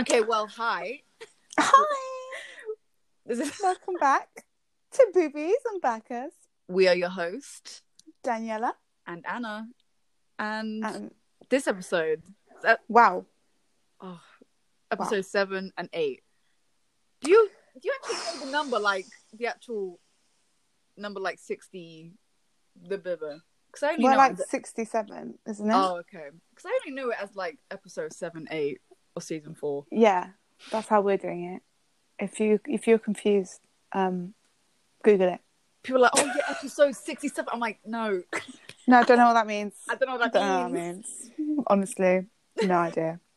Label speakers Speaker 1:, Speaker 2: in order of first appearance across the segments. Speaker 1: Okay, well, hi.
Speaker 2: Hi,
Speaker 1: This is
Speaker 2: welcome back to Boobies and Backers.
Speaker 1: we are your host
Speaker 2: Daniela.
Speaker 1: and Anna, and
Speaker 2: Um,
Speaker 1: this episode,
Speaker 2: wow,
Speaker 1: oh, episode seven and eight. Do you do you actually know the number like the actual number like sixty? The blah because I only
Speaker 2: we're
Speaker 1: know
Speaker 2: like
Speaker 1: it as,
Speaker 2: sixty-seven, isn't it?
Speaker 1: oh okay because I only knew it as like episode seven, eight, or season four.
Speaker 2: Yeah, that's how we're doing it. If you if you're confused, um, Google it.
Speaker 1: People are like, oh yeah, episode sixty-seven. I'm like, no,
Speaker 2: No, I don't know what that means.
Speaker 1: I don't know
Speaker 2: I
Speaker 1: what
Speaker 2: don't know
Speaker 1: that
Speaker 2: what that
Speaker 1: means.
Speaker 2: means. Honestly, no idea.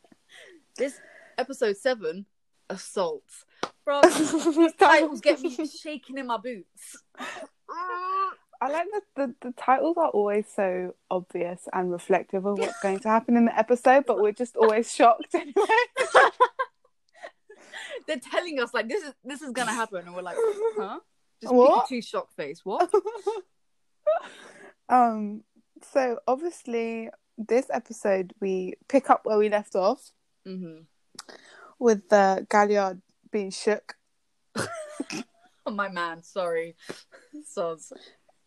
Speaker 1: This episode seven, assault, bro. titles
Speaker 2: titles
Speaker 1: get me shaking in my boots.
Speaker 2: I like that the, the titles are always so obvious and reflective of what's going to happen in the episode, but we're just always shocked anyway.
Speaker 1: They're telling us like this is this is gonna happen, and we're like, huh? Just
Speaker 2: What?
Speaker 1: Pikachu shock face. What?
Speaker 2: um so obviously this episode we pick up where we left off
Speaker 1: hmm
Speaker 2: with the galliard being shook
Speaker 1: Oh my man, sorry, soz.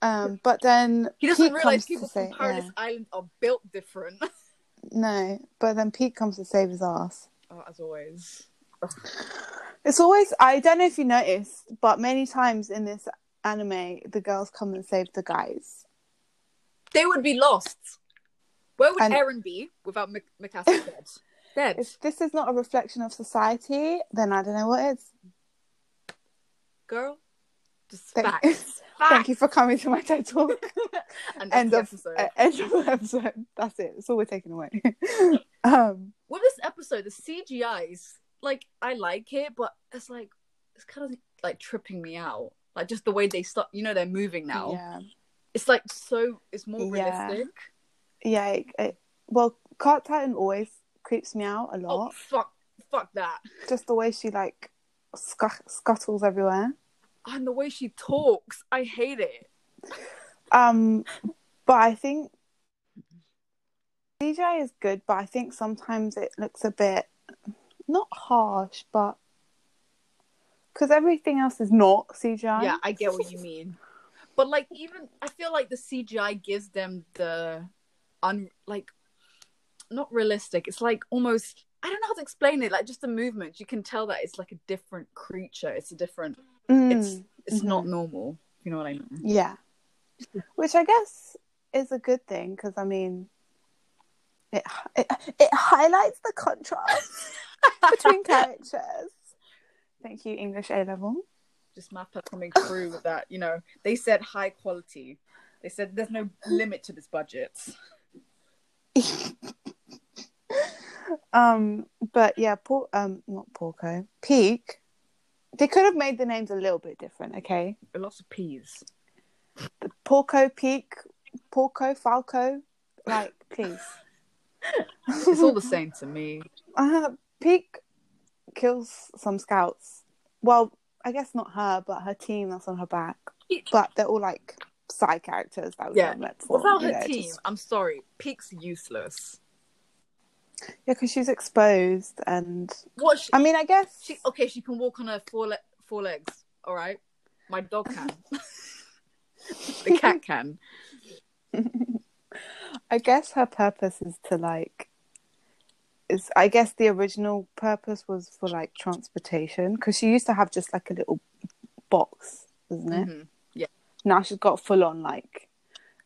Speaker 2: um but then
Speaker 1: He doesn't
Speaker 2: Pete
Speaker 1: realize
Speaker 2: comes to
Speaker 1: people
Speaker 2: say-
Speaker 1: from Paradise
Speaker 2: yeah.
Speaker 1: Island are built different.
Speaker 2: no but then pete comes to save his ass
Speaker 1: Oh, as always.
Speaker 2: it's always i don't know if you noticed but many times in this anime the girls come and save the guys
Speaker 1: They would be lost. Where would
Speaker 2: And-
Speaker 1: Aaron be without Mik- Mikasa dead? Dead.
Speaker 2: if this is not a reflection of society then i don't know what is
Speaker 1: Girl, just
Speaker 2: Thank-
Speaker 1: facts.
Speaker 2: thank
Speaker 1: Facts.
Speaker 2: you for coming to my TED talk
Speaker 1: And
Speaker 2: end
Speaker 1: end
Speaker 2: of
Speaker 1: episode.
Speaker 2: uh, end of episode. That's it. That's all we're taking away. um,
Speaker 1: with this episode, the CGI's like I like it, but it's like it's kind of like tripping me out. Like just the way they start, you know, they're moving now.
Speaker 2: yeah,
Speaker 1: It's like so, it's more
Speaker 2: Yeah.
Speaker 1: realistic.
Speaker 2: yeah. It, it, well, Cart Titan always creeps me out a
Speaker 1: Oh
Speaker 2: lot.
Speaker 1: fuck, fuck that!
Speaker 2: Just the way she like scu- scuttles everywhere.
Speaker 1: And the way she talks, I hate it.
Speaker 2: Um, but I think CGI is good, but I think sometimes it looks a bit not harsh, but because everything else is not CGI.
Speaker 1: Yeah, I get what you mean. But like, even I feel like the CGI gives them the un like not realistic. It's like almost I don't know how to explain it. Like just the movement, you can tell that it's like a different creature. It's a different
Speaker 2: Mm.
Speaker 1: it's it's not normal. if You know what I mean?
Speaker 2: Yeah. Which I guess is a good thing because I mean, it, it it highlights the contrast between characters. Thank you, English A level.
Speaker 1: Just Mappa coming through with that. You know, they said high quality. They said there's no limit to this budget.
Speaker 2: Um, but yeah, Por- um, not Porco, Peak. They could have made the names a little bit different. Okay,
Speaker 1: Lots of peas.
Speaker 2: the Porco Peak, Porco Falco, like please.
Speaker 1: It's all the same to me.
Speaker 2: Uh, Peak kills some scouts. Well, I guess not her, but her team that's on her back. But they're all like side characters that we've
Speaker 1: Yeah.
Speaker 2: never met before.
Speaker 1: Without
Speaker 2: you
Speaker 1: her
Speaker 2: know,
Speaker 1: team,
Speaker 2: just-
Speaker 1: I'm sorry, Peak's useless.
Speaker 2: yeah, because she's exposed, and
Speaker 1: What she,
Speaker 2: I mean, I guess
Speaker 1: she? Okay, she can walk on her four le- four legs. All right, my dog can. the cat can.
Speaker 2: I guess her purpose is to like. Is I guess the original purpose was for like transportation because she used to have just like a little box, isn't it?
Speaker 1: Mhm.
Speaker 2: Now she's got full on like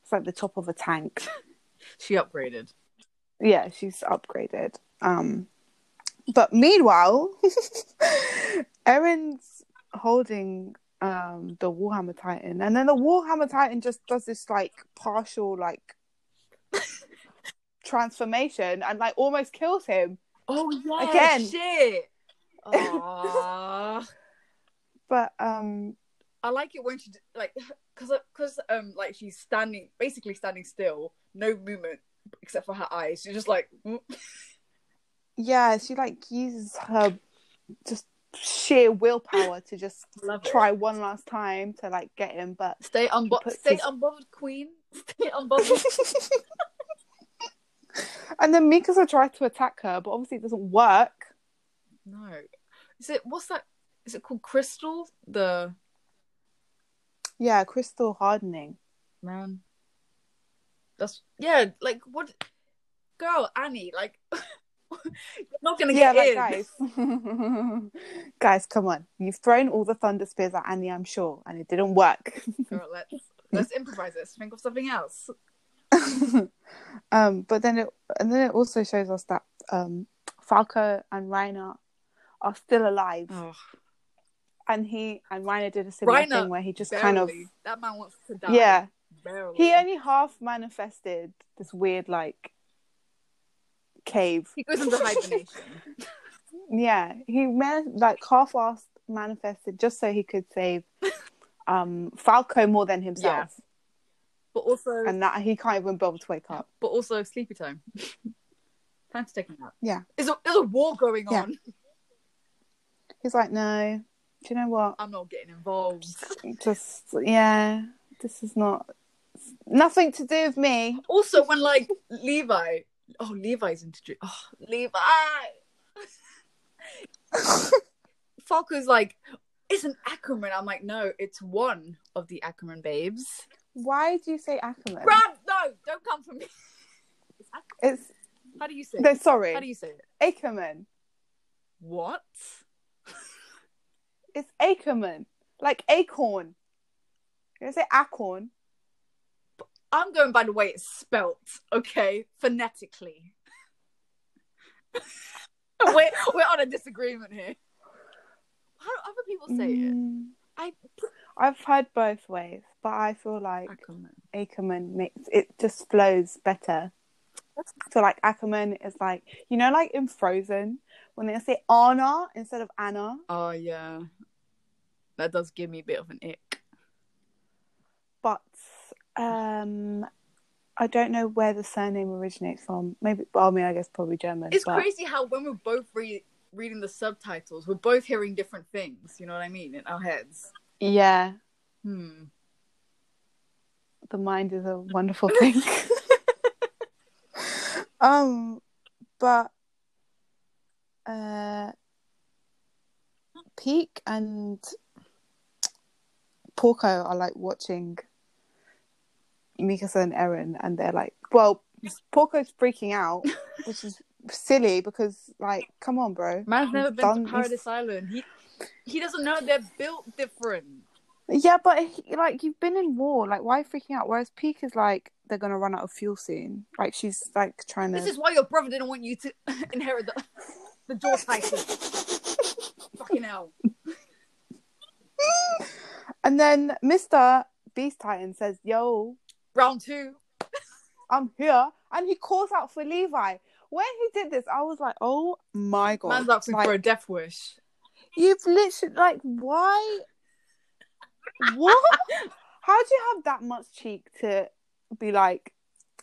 Speaker 2: it's like the top of a tank.
Speaker 1: She upgraded.
Speaker 2: yeah she's upgraded um but meanwhile Erin's holding um the warhammer titan and then the warhammer titan just does this like partial like transformation and like almost kills him
Speaker 1: Oh yeah.
Speaker 2: Again.
Speaker 1: Shit. Aww.
Speaker 2: but um
Speaker 1: I like it when she d- like because because um like she's standing basically standing still, no movement except for her eyes. She's just like mm.
Speaker 2: yeah she like uses her just sheer willpower to just
Speaker 1: Love it.
Speaker 2: try one last time to like get him but
Speaker 1: stay
Speaker 2: She
Speaker 1: unbothered,
Speaker 2: puts
Speaker 1: stay
Speaker 2: his-
Speaker 1: unbothered, queen. Stay unbothered.
Speaker 2: and then Mikasa tries to attack her, but obviously it doesn't work.
Speaker 1: No. Is it what's that is it called crystal? The
Speaker 2: Yeah, crystal hardening.
Speaker 1: man. That's yeah, like what girl, Annie, like you're not gonna
Speaker 2: Yeah,
Speaker 1: get
Speaker 2: like
Speaker 1: in.
Speaker 2: guys. guys, come on. You've thrown all the thunder spears at Annie, I'm sure, and it didn't work.
Speaker 1: Girl, let's let's improvise this. Think of something else.
Speaker 2: um, but then it and then it also shows us that um, Falco and Reiner are still alive,
Speaker 1: Oh,
Speaker 2: and he and Reiner did a similar
Speaker 1: Reiner,
Speaker 2: thing where he just
Speaker 1: barely.
Speaker 2: kind of
Speaker 1: that man wants to die.
Speaker 2: yeah
Speaker 1: barely.
Speaker 2: he only half manifested this weird like cave.
Speaker 1: He goes into hibernation.
Speaker 2: Yeah, he man- like half-assed manifested just so he could save um, Falco more than himself,
Speaker 1: but also
Speaker 2: and that he can't even bother to wake up.
Speaker 1: but also sleepy time. time to take a nap.
Speaker 2: Yeah.
Speaker 1: There's a, there's a war going
Speaker 2: Yeah.
Speaker 1: on.
Speaker 2: He's like, no, do you know what?
Speaker 1: I'm not getting involved.
Speaker 2: just yeah this is not nothing to do with me
Speaker 1: Also, when like Levi, oh Levi's introduced. Oh Levi, Falco's like, it's an Ackerman. I'm like, no, it's one of the Ackerman babes.
Speaker 2: why do you say Ackerman?
Speaker 1: Run! No, don't come for me. It's Ackerman.
Speaker 2: it's
Speaker 1: How do you say?
Speaker 2: no,
Speaker 1: It?
Speaker 2: sorry
Speaker 1: How do you say it?
Speaker 2: Ackerman
Speaker 1: What?
Speaker 2: it's Ackerman like acorn you gonna say acorn
Speaker 1: I'm going by the way it's spelt, okay, phonetically. we're we're on a disagreement here. How do other people say it?
Speaker 2: Mm,
Speaker 1: I
Speaker 2: I've heard both ways but I feel like
Speaker 1: Ackerman.
Speaker 2: Ackerman makes it just flows better so like Ackerman is like you know like in Frozen when they say Anna instead of Anna
Speaker 1: Oh yeah, that does give me a bit of an ick.
Speaker 2: but um, I don't know where the surname originates from. Maybe, well, I mean, I guess probably German.
Speaker 1: It's
Speaker 2: but
Speaker 1: crazy how when we're both re- reading the subtitles, we're both hearing different things. You know what I mean in our heads.
Speaker 2: Yeah,
Speaker 1: Hmm.
Speaker 2: the mind is a wonderful thing. um, but uh, Peak and Porco are like watching Mikasa and Eren, and they're like, well, Porco's freaking out, which is silly because, like, come on, bro.
Speaker 1: Man's never been
Speaker 2: done
Speaker 1: to
Speaker 2: this.
Speaker 1: Paradise Island. He he doesn't know they're built different.
Speaker 2: Yeah, but he- like you've been in war, like why freaking out? Whereas Peak is like they're gonna run out of fuel soon. Like she's like trying to.
Speaker 1: This is why your brother didn't want you to inherit the the door title. Fucking hell.
Speaker 2: And then Mister Beast Titan says, "Yo,
Speaker 1: Round two.
Speaker 2: I'm here," and he calls out for Levi. When he did this, I was like, "Oh my god!"
Speaker 1: Man's asking
Speaker 2: like,
Speaker 1: for a death wish.
Speaker 2: You've literally like why? what? How do you have that much cheek to be like,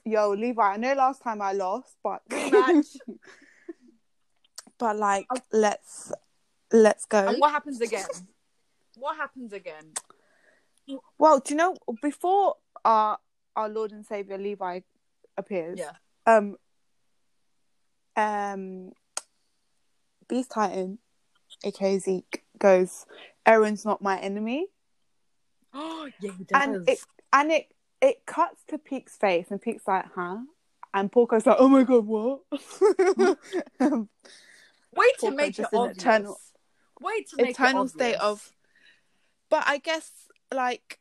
Speaker 2: "Yo, Levi"? I know last time I lost, but
Speaker 1: Rematch.
Speaker 2: but like let's let's go.
Speaker 1: and what happens again? What happens again?
Speaker 2: Well, do you know before our our Lord and Savior Levi appears?
Speaker 1: Yeah.
Speaker 2: Um. Um. Beast Titan, aka Zeke, goes. Aaron's not my enemy,
Speaker 1: Oh yeah, he
Speaker 2: and it and it it cuts to Peek's face, and Peek's like, huh? And Porco's like, oh my god, what?
Speaker 1: Way to
Speaker 2: Porco
Speaker 1: make it
Speaker 2: just an
Speaker 1: obvious.
Speaker 2: eternal-
Speaker 1: Way to make
Speaker 2: eternal
Speaker 1: it
Speaker 2: state
Speaker 1: obvious.
Speaker 2: of. But I guess like.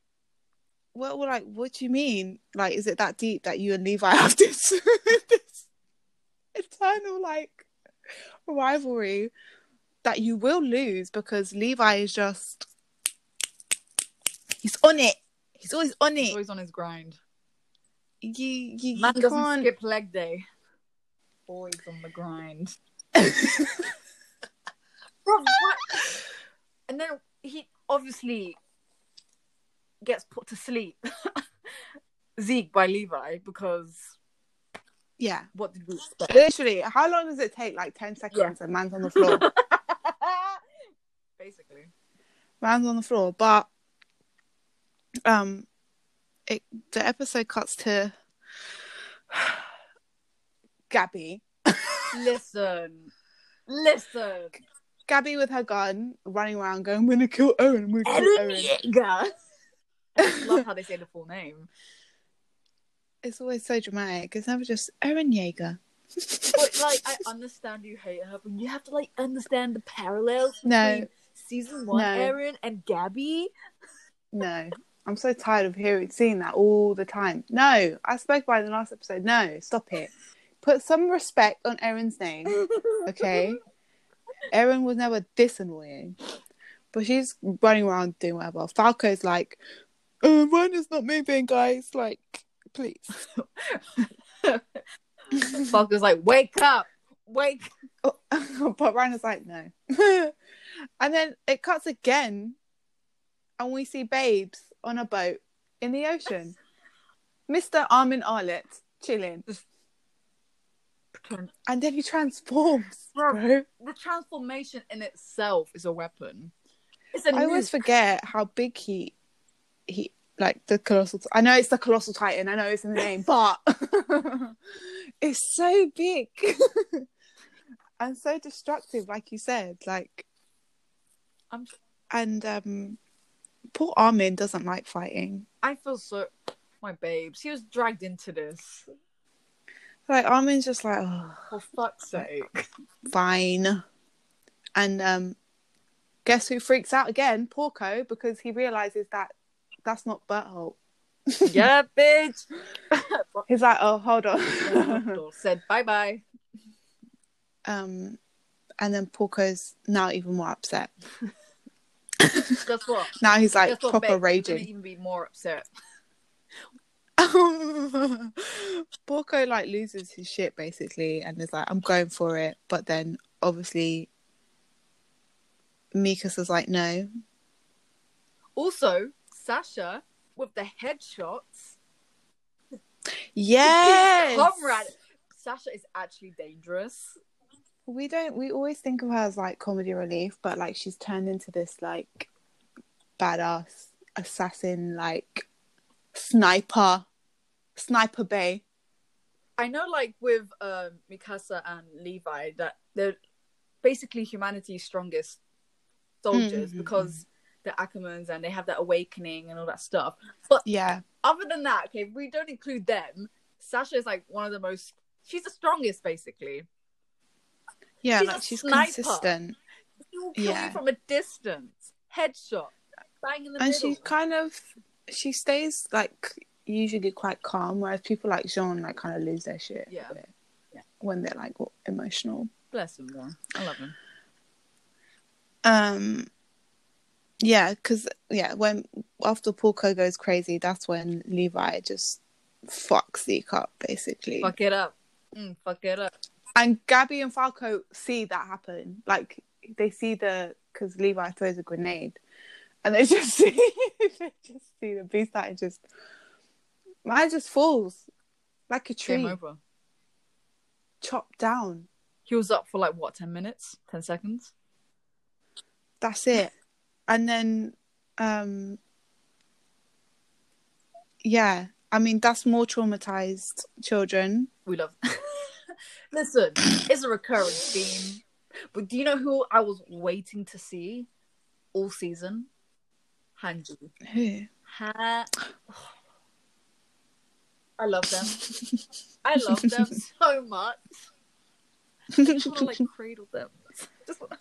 Speaker 2: Well, well, like, what do you mean? Like, is it that deep that you and Levi have this, this eternal like rivalry that you will lose because Levi is just he's on it. He's always on
Speaker 1: He's
Speaker 2: it.
Speaker 1: always on his grind.
Speaker 2: You you, you
Speaker 1: Man doesn't
Speaker 2: can't.
Speaker 1: skip leg day. Always on the grind. Bro, what? And then he obviously gets put to sleep. Zeke by Levi because
Speaker 2: Yeah,
Speaker 1: what did we expect?
Speaker 2: literally. How long does it take? Like ten seconds, and man's on the floor.
Speaker 1: Basically.
Speaker 2: man's on the floor. But um, it the episode cuts to Gabby.
Speaker 1: Listen. Listen.
Speaker 2: Gabby with her gun running around going, I'm gonna kill Owen, I'm gonna kill Owen.
Speaker 1: Yeager. I just love how they say the full name.
Speaker 2: It's always so dramatic. It's never just Owen Yeager.
Speaker 1: But like, I understand you hate her, but you have to like understand the parallels
Speaker 2: No,
Speaker 1: between season one,
Speaker 2: No.
Speaker 1: Aaron and Gabby.
Speaker 2: no. I'm so tired of hearing seeing that all the time. No, I spoke about it in the last episode. No, stop it. Put some respect on Erin's name. Okay. Erin was never this annoying. But she's running around doing whatever. Falco's like, uh, Rhino's not moving, guys. Like, please.
Speaker 1: Falco's like, wake up, wake.
Speaker 2: but Rhino's like, no. and then it cuts again, and we see babes on a boat in the ocean. Mr. Armin Arlett chilling.
Speaker 1: Pretend-
Speaker 2: And then he transforms, bro.
Speaker 1: The transformation in itself is a weapon. It's a
Speaker 2: I always forget how big he he like the colossal. I know it's the colossal titan. I know it's in the name, but it's so big and so destructive. Like you said, like
Speaker 1: I'm-
Speaker 2: and um, poor Armin doesn't like fighting.
Speaker 1: I feel so. My babes, he was dragged into this.
Speaker 2: Like Armin's just like oh,
Speaker 1: For fuck's sake.
Speaker 2: fine, and um, guess who freaks out again? Porco because he realizes that that's not Berthold.
Speaker 1: yeah, bitch.
Speaker 2: He's like, oh, hold on.
Speaker 1: Dumbledore said bye bye.
Speaker 2: um and then Porco's now even more upset.
Speaker 1: Guess what?
Speaker 2: Now he's like
Speaker 1: Guess what,
Speaker 2: proper
Speaker 1: babe? You're gonna
Speaker 2: raging.
Speaker 1: even be more upset.
Speaker 2: Porco like loses his shit basically and is like, I'm going for it. But then obviously Mikas is like, no.
Speaker 1: Also, Sasha with the headshots.
Speaker 2: Yes.
Speaker 1: Comrade. Sasha is actually dangerous.
Speaker 2: We don't we always think of her as like comedy relief, but like she's turned into this like badass assassin like sniper. Sniper Bay.
Speaker 1: I know, like with um, Mikasa and Levi, that they're basically humanity's strongest soldiers
Speaker 2: Mm, mm, mm,
Speaker 1: because they're Ackermans and they have that awakening and all that stuff. But
Speaker 2: Yeah.
Speaker 1: other than that, okay, if we don't include them. Sasha is like one of the most. She's the strongest, basically.
Speaker 2: Yeah,
Speaker 1: She's a
Speaker 2: like she's
Speaker 1: sniper.
Speaker 2: consistent.
Speaker 1: She will kill
Speaker 2: Yeah.
Speaker 1: you from a distance. Headshot, bang in the
Speaker 2: And
Speaker 1: middle.
Speaker 2: she kind of she stays like usually quite calm, whereas people like Jean like kind of lose their shit a
Speaker 1: Yeah.
Speaker 2: bit
Speaker 1: Yeah.
Speaker 2: when they're like w- emotional.
Speaker 1: Bless him, though. I love him.
Speaker 2: Um yeah, because yeah, when after Porco goes crazy, that's when Levi just fucks Zeke up basically.
Speaker 1: Fuck it up. Mm, fuck it up.
Speaker 2: And Gabby and Falco see that happen. Like they see the because Levi throws a grenade, and they just see they just see the beast that it just mine just falls like a
Speaker 1: Game
Speaker 2: tree
Speaker 1: over.
Speaker 2: chopped down.
Speaker 1: He was up for like what, ten minutes, ten seconds.
Speaker 2: That's it. And then, um, yeah. I mean, that's more traumatized children.
Speaker 1: We love. Listen, it's a recurring theme. But do you know who I was waiting to see all season? Hanji.
Speaker 2: Who?
Speaker 1: Ha- I love them. I love them so much. I just want to like cradle them. Just wanna...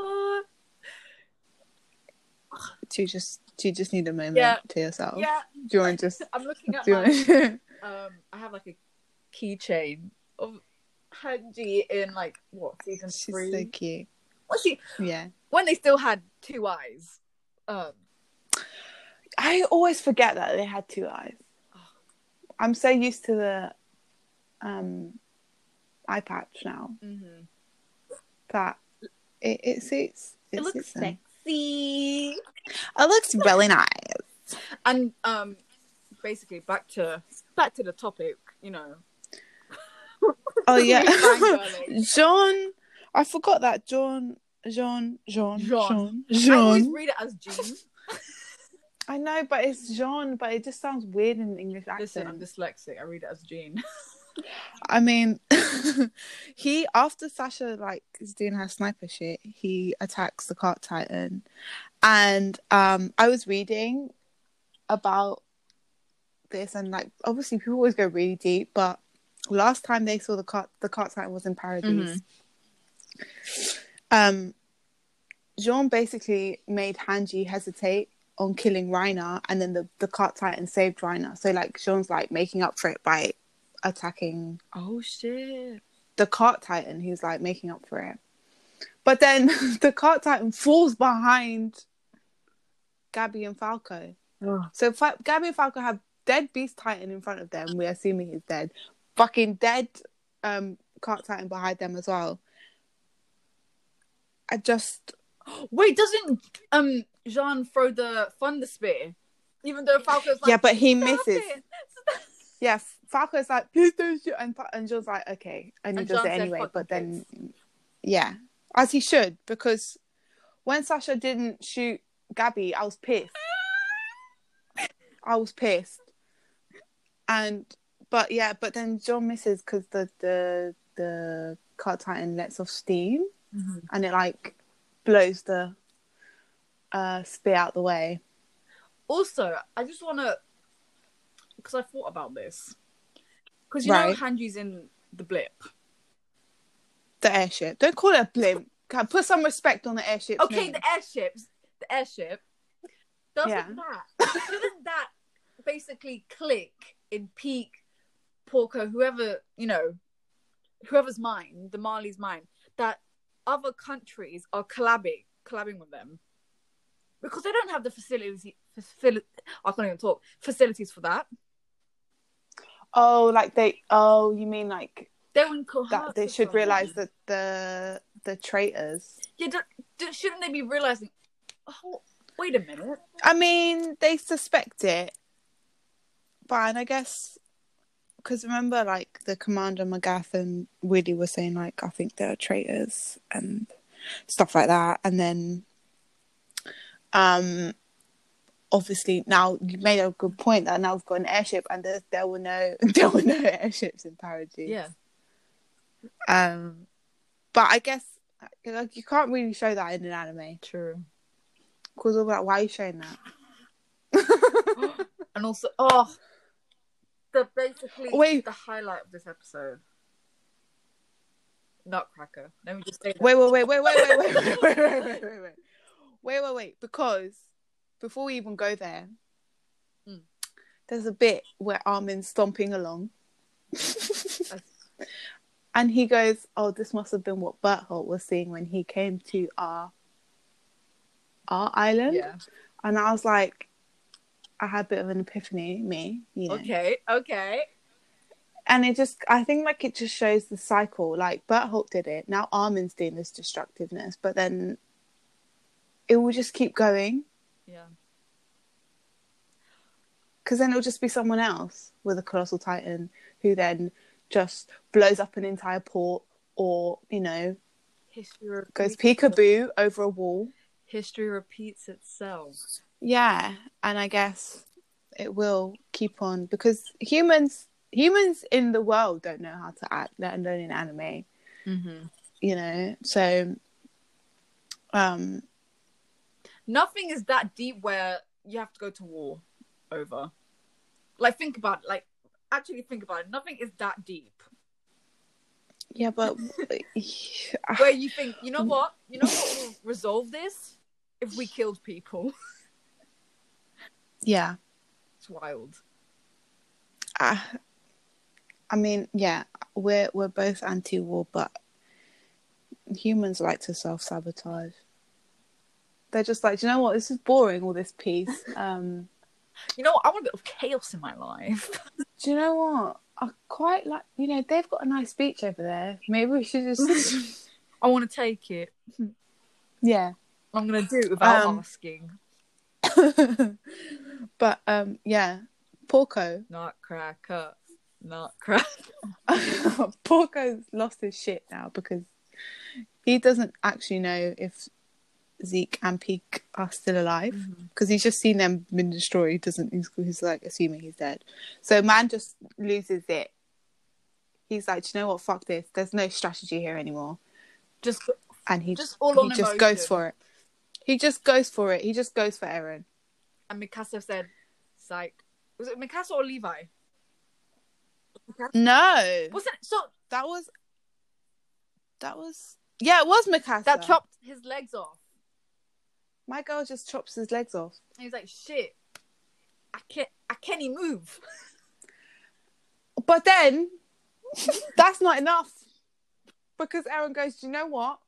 Speaker 1: Ah,
Speaker 2: Do you just do you just need a moment
Speaker 1: Yeah.
Speaker 2: to yourself?
Speaker 1: yeah,
Speaker 2: Do you want to just?
Speaker 1: I'm looking at
Speaker 2: Do you
Speaker 1: my.
Speaker 2: want to...
Speaker 1: um I have like a keychain of Hanji in like what season
Speaker 2: She's
Speaker 1: three?
Speaker 2: so cute.
Speaker 1: Well, she
Speaker 2: Yeah.
Speaker 1: when they still had two eyes. Um,
Speaker 2: I always forget that they had two eyes. I'm so used to the um, eye patch now
Speaker 1: mhm.
Speaker 2: that it, it suits.
Speaker 1: It looks
Speaker 2: suits them.
Speaker 1: sexy.
Speaker 2: It looks really nice.
Speaker 1: And um, basically back to back to the topic. You know.
Speaker 2: Oh yeah,
Speaker 1: Fangirling.
Speaker 2: John. I forgot that John. John. John.
Speaker 1: Jean.
Speaker 2: John.
Speaker 1: I always
Speaker 2: John.
Speaker 1: read it as Jean.
Speaker 2: I, know, but it's John. But it just sounds weird in an English accent.
Speaker 1: Listen, I'm dyslexic. I read it as Jean.
Speaker 2: I mean, he after Sasha like is doing her sniper shit, he attacks the cart titan, and um, I was reading about this, and like obviously people always go really deep, but last time they saw the cart, the cart titan was in Paradise. Um, Jean basically made Hanji hesitate on killing Reiner, and then the the cart titan saved Reiner. So like Jean's like making up for it by attacking
Speaker 1: Oh shit!
Speaker 2: the cart titan who's like making up for it. But then the cart titan falls behind Gabby and Falco. So Fa- Gabby and Falco have dead beast titan in front of them. We're assuming he's dead. Fucking dead um cart titan behind them as well. I just
Speaker 1: Wait, doesn't um Jean throw the thunder spear? Even though Falco's like,
Speaker 2: yeah, but he
Speaker 1: "Stop
Speaker 2: misses.
Speaker 1: it."
Speaker 2: Yeah, Falco's like please don't shoot, and Fa- and John's like okay, and he
Speaker 1: And
Speaker 2: does
Speaker 1: John
Speaker 2: it
Speaker 1: said,
Speaker 2: anyway.
Speaker 1: "Fuck
Speaker 2: But
Speaker 1: the
Speaker 2: then, yeah, as he should, because when Sasha didn't shoot Gabby, I was pissed. I was pissed, and but yeah, but then John misses because the the the car titan lets off steam
Speaker 1: Mm-hmm.
Speaker 2: and it like blows the uh spear out the way.
Speaker 1: Also, I just want to, because I thought about this, because you know
Speaker 2: Right.
Speaker 1: Hanji's in the blip.
Speaker 2: The airship. Don't call it a blimp. Can put some respect on the airship.
Speaker 1: Okay, the airships, the airship. Doesn't
Speaker 2: Yeah.
Speaker 1: that doesn't that basically click in peak Porco, whoever you know, whoever's mind, the Mali's mind, that other countries are collabing, collabing with them because they don't have the facilities. Facil- I can't even talk facilities for that.
Speaker 2: Oh, like they. Oh, you mean like
Speaker 1: They're in Kohat
Speaker 2: that? They
Speaker 1: or
Speaker 2: should
Speaker 1: something.
Speaker 2: realize that the the traitors.
Speaker 1: Yeah, do, do, shouldn't they be realizing? Oh, wait a minute.
Speaker 2: I mean, they suspect it, but and I guess because remember, like the commander McGath and Willie were saying, like I think they're traitors and stuff like that, and then, um, obviously now you made a good point that now we've got an airship and there, there were no there were no airships in Paradise.
Speaker 1: Yeah,
Speaker 2: Um, but I guess like you can't really show that in an anime
Speaker 1: true.
Speaker 2: because all that. Why are you showing that?
Speaker 1: and also, oh, the basically
Speaker 2: Wait.
Speaker 1: the highlight of this episode. Nutcracker. Let me just say that.
Speaker 2: Wait, wait, wait, wait, wait, wait, wait, wait, wait, wait, wait, wait, wait, wait, wait, wait, because before we even go there,
Speaker 1: Mm.
Speaker 2: there's a bit where Armin's stomping along, and he goes, "Oh, this must have been what Berthold was seeing when he came to our our island."
Speaker 1: yeah.
Speaker 2: And I was like, I had a bit of an epiphany, me, you know.
Speaker 1: Okay. Okay.
Speaker 2: and it just i think like it just shows the cycle like bert holt did it now armin's doing this destructiveness but then it will just keep going
Speaker 1: Yeah.
Speaker 2: because then it'll just be someone else with a colossal titan who then just blows up an entire port or you know
Speaker 1: History repeats
Speaker 2: goes peekaboo over a wall
Speaker 1: History repeats itself.
Speaker 2: yeah and i guess it will keep on because humans humans in the world don't know how to act let alone in anime
Speaker 1: Mm-hmm.
Speaker 2: you know so um
Speaker 1: Nothing is that deep where you have to go to war over. Like, think about it. Like, actually think about it. Nothing is that deep.
Speaker 2: Yeah, but uh,
Speaker 1: where you think, you know what, you know what will resolve this if we killed people.
Speaker 2: yeah,
Speaker 1: It's wild.
Speaker 2: I, I mean, yeah, we're we're both anti-war, but humans like to self-sabotage. They're just like, "Do you know what? This is boring. All this peace. Um,
Speaker 1: You know what? I want a bit of chaos in my life.
Speaker 2: do you know what? I quite like. You know, they've got a nice beach over there. Maybe we should just,
Speaker 1: I want to take it.
Speaker 2: yeah.
Speaker 1: I'm gonna do it without
Speaker 2: Um,
Speaker 1: asking.
Speaker 2: but um, yeah, Porco,
Speaker 1: Nutcracker, nutcracker.
Speaker 2: Porco's lost his shit now because he doesn't actually know if Zeke and Peak are still alive
Speaker 1: Mm-hmm.
Speaker 2: because he's just seen them been destroyed. He doesn't he's, he's like assuming he's dead. So man just loses it he's like, Do you know what? Fuck this. There's no strategy here anymore.
Speaker 1: Just
Speaker 2: And he
Speaker 1: just all
Speaker 2: he
Speaker 1: on
Speaker 2: just
Speaker 1: emotion.
Speaker 2: goes for it. He just goes for it. He just goes for Aaron.
Speaker 1: And Mikasa said, "Psych." Was it Mikasa or Levi?
Speaker 2: No,
Speaker 1: Wasn't it? So
Speaker 2: that was that was yeah, it was Mikasa.
Speaker 1: that chopped his legs off.
Speaker 2: My girl just chops his legs off.
Speaker 1: And he's like, "Shit, I can't, I can't even move."
Speaker 2: But then that's not enough because Aaron goes, "Do you know what?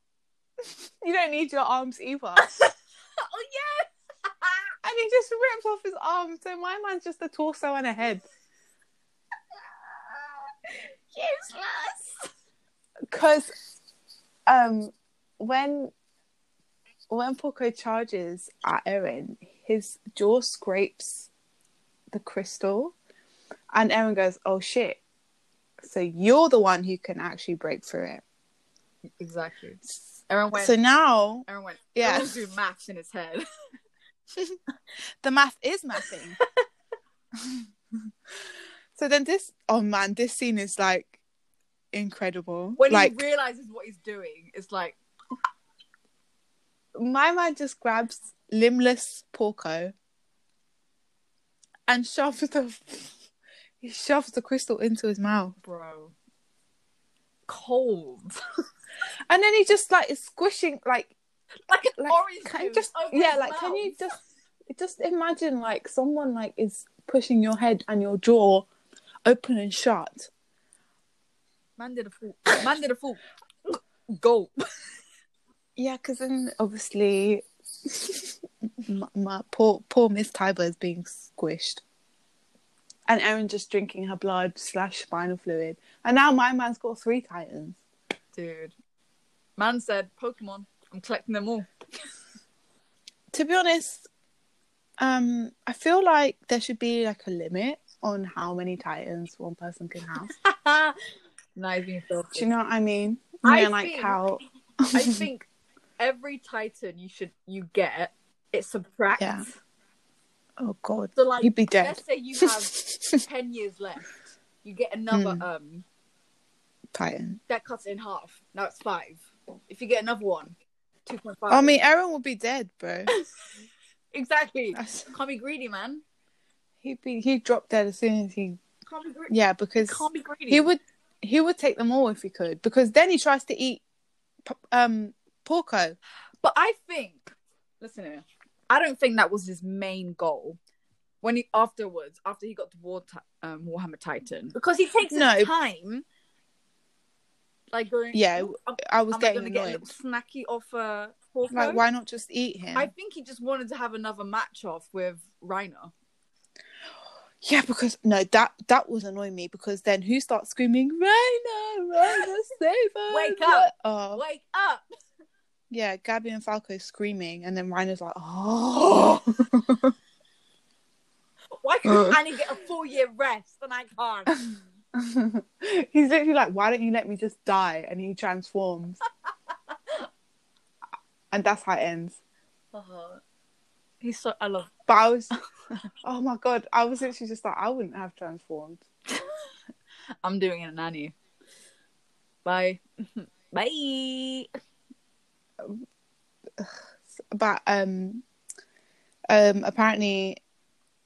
Speaker 2: you don't need your arms either."
Speaker 1: oh yeah.
Speaker 2: and he just rips off his arms. So my man's just a torso and a head.
Speaker 1: Useless.
Speaker 2: Because um, when when Poco charges at Erin, his jaw scrapes the crystal, and Erin goes, "Oh shit!" So you're the one who can actually break through it.
Speaker 1: Exactly. Aaron went.
Speaker 2: so now,
Speaker 1: Aaron went.
Speaker 2: yeah,
Speaker 1: Aaron's doing maths in his head.
Speaker 2: the math is mathing. so then this, oh man, this scene is like incredible.
Speaker 1: When
Speaker 2: like
Speaker 1: he realizes what he's doing, it's like
Speaker 2: my man just grabs limbless Porco and shoves the he shoves the crystal into his mouth,
Speaker 1: bro cold
Speaker 2: and then he just like is squishing like
Speaker 1: like an
Speaker 2: like
Speaker 1: orange
Speaker 2: can you
Speaker 1: juice
Speaker 2: just
Speaker 1: over
Speaker 2: yeah
Speaker 1: his
Speaker 2: like can you
Speaker 1: mouth.
Speaker 2: just just imagine like someone like is pushing your head and your jaw open and shut.
Speaker 1: man did a fool man did a fool go
Speaker 2: Yeah, because then obviously my, my poor poor Miss Tiber is being squished, and Erin just drinking her blood slash spinal fluid, and now my man's got three titans.
Speaker 1: dude man said pokemon i'm collecting them all
Speaker 2: To be honest, um, I feel like there should be like a limit on how many titans one person can have.
Speaker 1: now he's being
Speaker 2: Do
Speaker 1: filthy
Speaker 2: you know what I mean?
Speaker 1: I
Speaker 2: yeah, like
Speaker 1: think-
Speaker 2: how
Speaker 1: i think every titan you should you get it subtracts
Speaker 2: Yeah. oh god,
Speaker 1: so like
Speaker 2: he'd be dead.
Speaker 1: let's say you have 10 years left you get another
Speaker 2: Hmm.
Speaker 1: um
Speaker 2: Titan.
Speaker 1: that cuts it in half now it's five if you get another one 2.5
Speaker 2: I mean, Erin would be dead, bro.
Speaker 1: exactly
Speaker 2: That's-
Speaker 1: can't be greedy man
Speaker 2: he'd be he'd drop dead as soon as he
Speaker 1: can't be greedy.
Speaker 2: Yeah, because
Speaker 1: Can't be greedy.
Speaker 2: he would he would take them all if he could. Because then he tries to eat p- um Porco.
Speaker 1: But I think, listen here, I don't think that was his main goal. When he afterwards, after he got to War, Ti- um, Warhammer Titan, because he takes
Speaker 2: No.
Speaker 1: his time, like going, "Oh,
Speaker 2: Yeah,
Speaker 1: "Ooh, am,
Speaker 2: I was
Speaker 1: am I
Speaker 2: getting
Speaker 1: gonna get a
Speaker 2: annoyed.
Speaker 1: little snacky off uh, Porco?
Speaker 2: Like, why not just eat him?
Speaker 1: I think he just wanted to have another match off with Reiner.
Speaker 2: Yeah, because no, that that was annoying me. Because then who starts screaming, Raina, Raina, save us!
Speaker 1: Wake up.
Speaker 2: Oh,
Speaker 1: Wake up!
Speaker 2: yeah, Gabby and Falco screaming, and then Raina's like, oh.
Speaker 1: Why can't Annie get a four year rest and I can't?
Speaker 2: He's literally like, why don't you let me just die? And he transforms, and that's how it ends.
Speaker 1: Uh-huh. He's so I love.
Speaker 2: But I was, oh my god, I was literally just like, I wouldn't have transformed.
Speaker 1: I'm doing it, nanny. Bye. Bye.
Speaker 2: But um, um, apparently,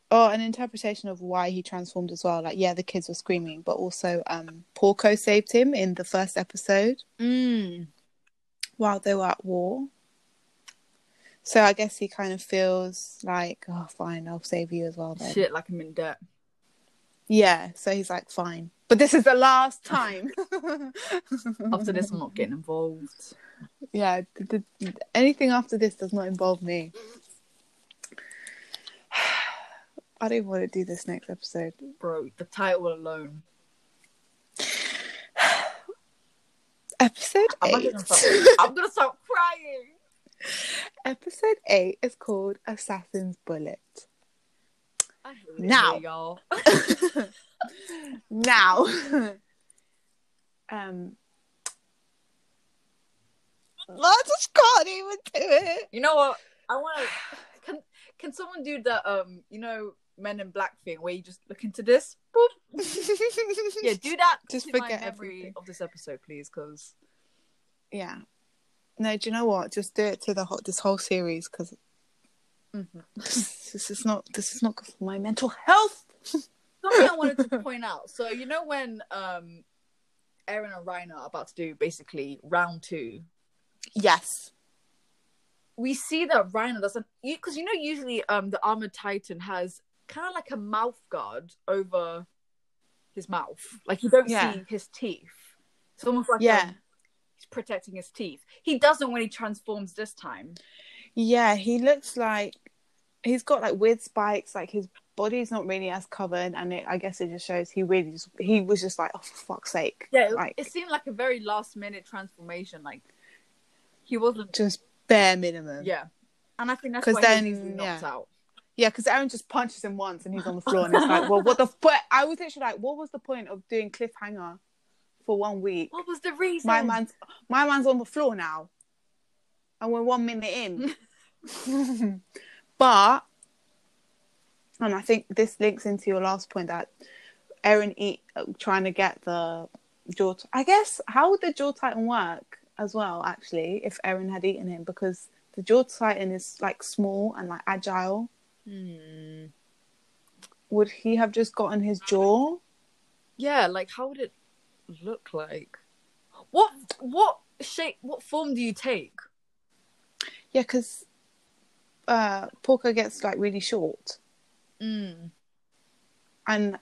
Speaker 2: oh, an interpretation of why he transformed as well. Like, yeah, the kids were screaming, but also, um, Porco saved him in the first episode
Speaker 1: Mm.
Speaker 2: while they were at war. So I guess he kind of feels like, oh, fine, I'll save you as well then.
Speaker 1: Shit, like I'm in debt.
Speaker 2: Yeah, so he's like, fine, but this is the last time.
Speaker 1: After this, I'm not getting involved.
Speaker 2: yeah th- th- anything after this does not involve me i don't want to do this next episode
Speaker 1: Bro, the title alone.
Speaker 2: episode
Speaker 1: I'm, not
Speaker 2: 8
Speaker 1: gonna stop. I'm gonna start crying.
Speaker 2: episode 8 is called assassin's bullet
Speaker 1: I hate it
Speaker 2: Now.
Speaker 1: here, y'all.
Speaker 2: now um i just can't even do it
Speaker 1: You know what? I wanna. Can can someone do the um? You know Men in Black thing where you just look into this. Boop. Yeah, do that.
Speaker 2: Just
Speaker 1: to
Speaker 2: forget
Speaker 1: my memory
Speaker 2: everything.
Speaker 1: of this episode, please, because
Speaker 2: yeah. No, do you know what? Just do it to the whole, this whole series because Mm-hmm. this is not this is not good for my mental health.
Speaker 1: something I wanted to point out. So you know when um Aaron and Ryan are about to do basically round two,
Speaker 2: Yes.
Speaker 1: we see that Ryan doesn't because you, know usually um the armored titan has kind of like a mouth guard over his mouth, like you don't
Speaker 2: Yeah.
Speaker 1: see his teeth. It's almost like
Speaker 2: Yeah.
Speaker 1: um, he's protecting his teeth. He doesn't when he transforms this time.
Speaker 2: Yeah, he looks like he's got like weird spikes. Like his body's not really as covered, and it, I guess it just shows he really just, he was just like, oh for fuck's sake,
Speaker 1: Yeah, it,
Speaker 2: like
Speaker 1: it seemed like a very last minute transformation. Like he wasn't.
Speaker 2: just bare minimum.
Speaker 1: Yeah, and I think that's
Speaker 2: 'Cause
Speaker 1: why
Speaker 2: then,
Speaker 1: he was easily knocked
Speaker 2: yeah.
Speaker 1: out.
Speaker 2: yeah, because Aaron just punches him once, and he's on the floor, and it's like, well, what the fuck? I was literally like, what was the point of doing cliffhanger for one week?
Speaker 1: What was the reason?
Speaker 2: My man's my man's on the floor now, and we're one minute in. but, and I think this links into your last point that Erin eat trying to get the jaw. T- I guess how would the jaw titan work as well? Actually, if Erin had eaten him, because the jaw titan is like small and like agile.
Speaker 1: Hmm.
Speaker 2: Would he have just gotten his jaw?
Speaker 1: Yeah, like how would it look like? What what shape? What form do you take?
Speaker 2: Yeah, because uh, Porker gets like really short.
Speaker 1: Mm.
Speaker 2: and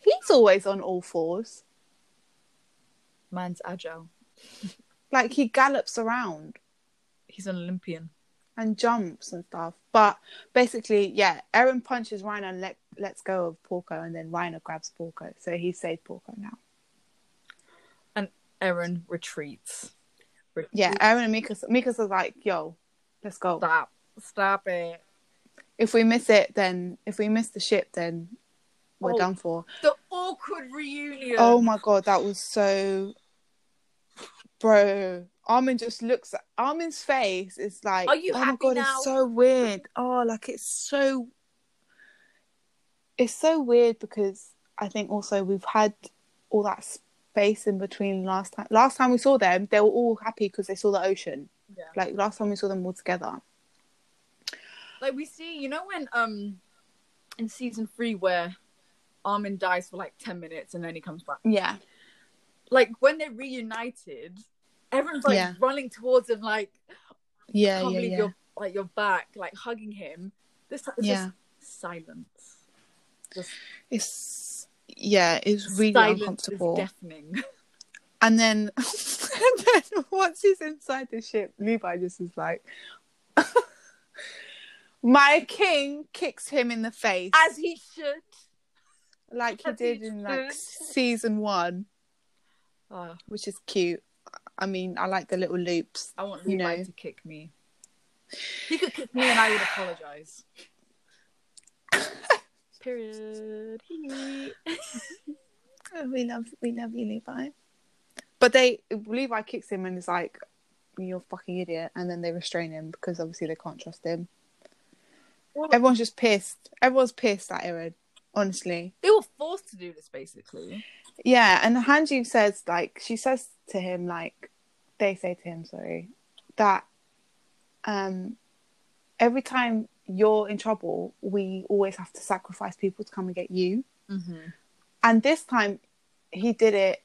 Speaker 2: he's always on all fours.
Speaker 1: Man's agile.
Speaker 2: Like he gallops around
Speaker 1: He's an Olympian.
Speaker 2: and jumps and stuff. But basically, yeah, Aaron punches Rhino and let lets go of Porco, and then Rhino grabs Porco, so he saved Porco now.
Speaker 1: Aaron retreats. Retreat.
Speaker 2: Yeah, Aaron and Mikasa, Mikasa's like, "Yo, let's go.
Speaker 1: Stop. Stop it.
Speaker 2: If we miss it, then if we miss the ship, then we're
Speaker 1: Oh.
Speaker 2: done for."
Speaker 1: The awkward reunion.
Speaker 2: Oh my god, that was so, bro. Armin just looks. Armin's face is like,
Speaker 1: Are you
Speaker 2: oh
Speaker 1: happy
Speaker 2: my god,
Speaker 1: now?
Speaker 2: it's so weird. Oh, like it's so, it's so weird because I think also we've had all that space in between last time. Last time we saw them, they were all happy because they saw the ocean.
Speaker 1: Yeah.
Speaker 2: Like last time we saw them all together.
Speaker 1: Like we see, you know when um in season three where Armin dies for like ten minutes and then he comes back.
Speaker 2: Yeah,
Speaker 1: Like when they're reunited, everyone's like
Speaker 2: Yeah.
Speaker 1: running towards him like
Speaker 2: yeah,
Speaker 1: can't
Speaker 2: yeah,
Speaker 1: believe
Speaker 2: yeah.
Speaker 1: you're like you're back, like hugging him. This time it's
Speaker 2: Yeah.
Speaker 1: just silence. Just
Speaker 2: It's yeah, it's really
Speaker 1: silence
Speaker 2: uncomfortable.
Speaker 1: is deafening.
Speaker 2: And then, and then once he's inside the ship, Levi just is like, "My king kicks him in the face
Speaker 1: As he should.
Speaker 2: like he
Speaker 1: as he
Speaker 2: did in like
Speaker 1: should.
Speaker 2: season one,
Speaker 1: Oh,
Speaker 2: which is cute. I mean, I like the little loops.
Speaker 1: I want
Speaker 2: You
Speaker 1: Levi
Speaker 2: know.
Speaker 1: to kick me. He could kick me and I would apologize. Period.
Speaker 2: Oh, we love, we love you, Levi. But they Levi kicks him and is like, "You're a fucking idiot," and then they restrain him because obviously they can't trust him.
Speaker 1: Well-
Speaker 2: Everyone's just pissed. Everyone's pissed at Aaron. Honestly.
Speaker 1: they were forced to do this basically.
Speaker 2: Yeah, and Hanji says like she says to him like they say to him sorry that um every time you're in trouble we always have to sacrifice people to come and get you
Speaker 1: Mm-hmm.
Speaker 2: and this time he did it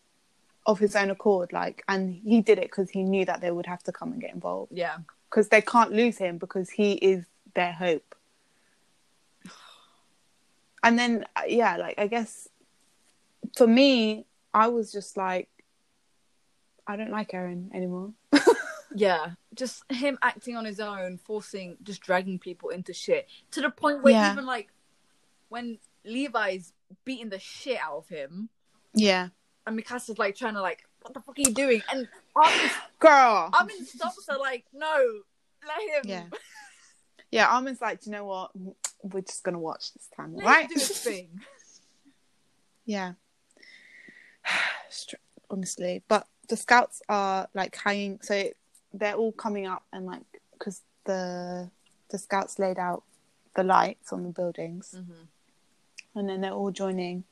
Speaker 2: of his own accord like and he did it because he knew that they would have to come and get involved
Speaker 1: Yeah.
Speaker 2: because they can't lose him because he is their hope and then uh, yeah like i guess for me i was just like i don't like aaron anymore
Speaker 1: Yeah. Just him acting on his own, forcing just dragging people into shit. To the point where
Speaker 2: Yeah.
Speaker 1: even like when Levi's beating the shit out of him,
Speaker 2: yeah
Speaker 1: and Mikasa's like trying to like, what the fuck are you doing? And Armin,
Speaker 2: girl
Speaker 1: Armin stops her like, no, let him.
Speaker 2: yeah yeah armin's like do you know what we're just gonna watch this time
Speaker 1: Let
Speaker 2: right
Speaker 1: him do his thing.
Speaker 2: yeah Str- honestly but the scouts are like hanging so they're all coming up and like
Speaker 1: Mm. Mm-hmm.
Speaker 2: because the the scouts laid out the lights on the buildings and then they're all joining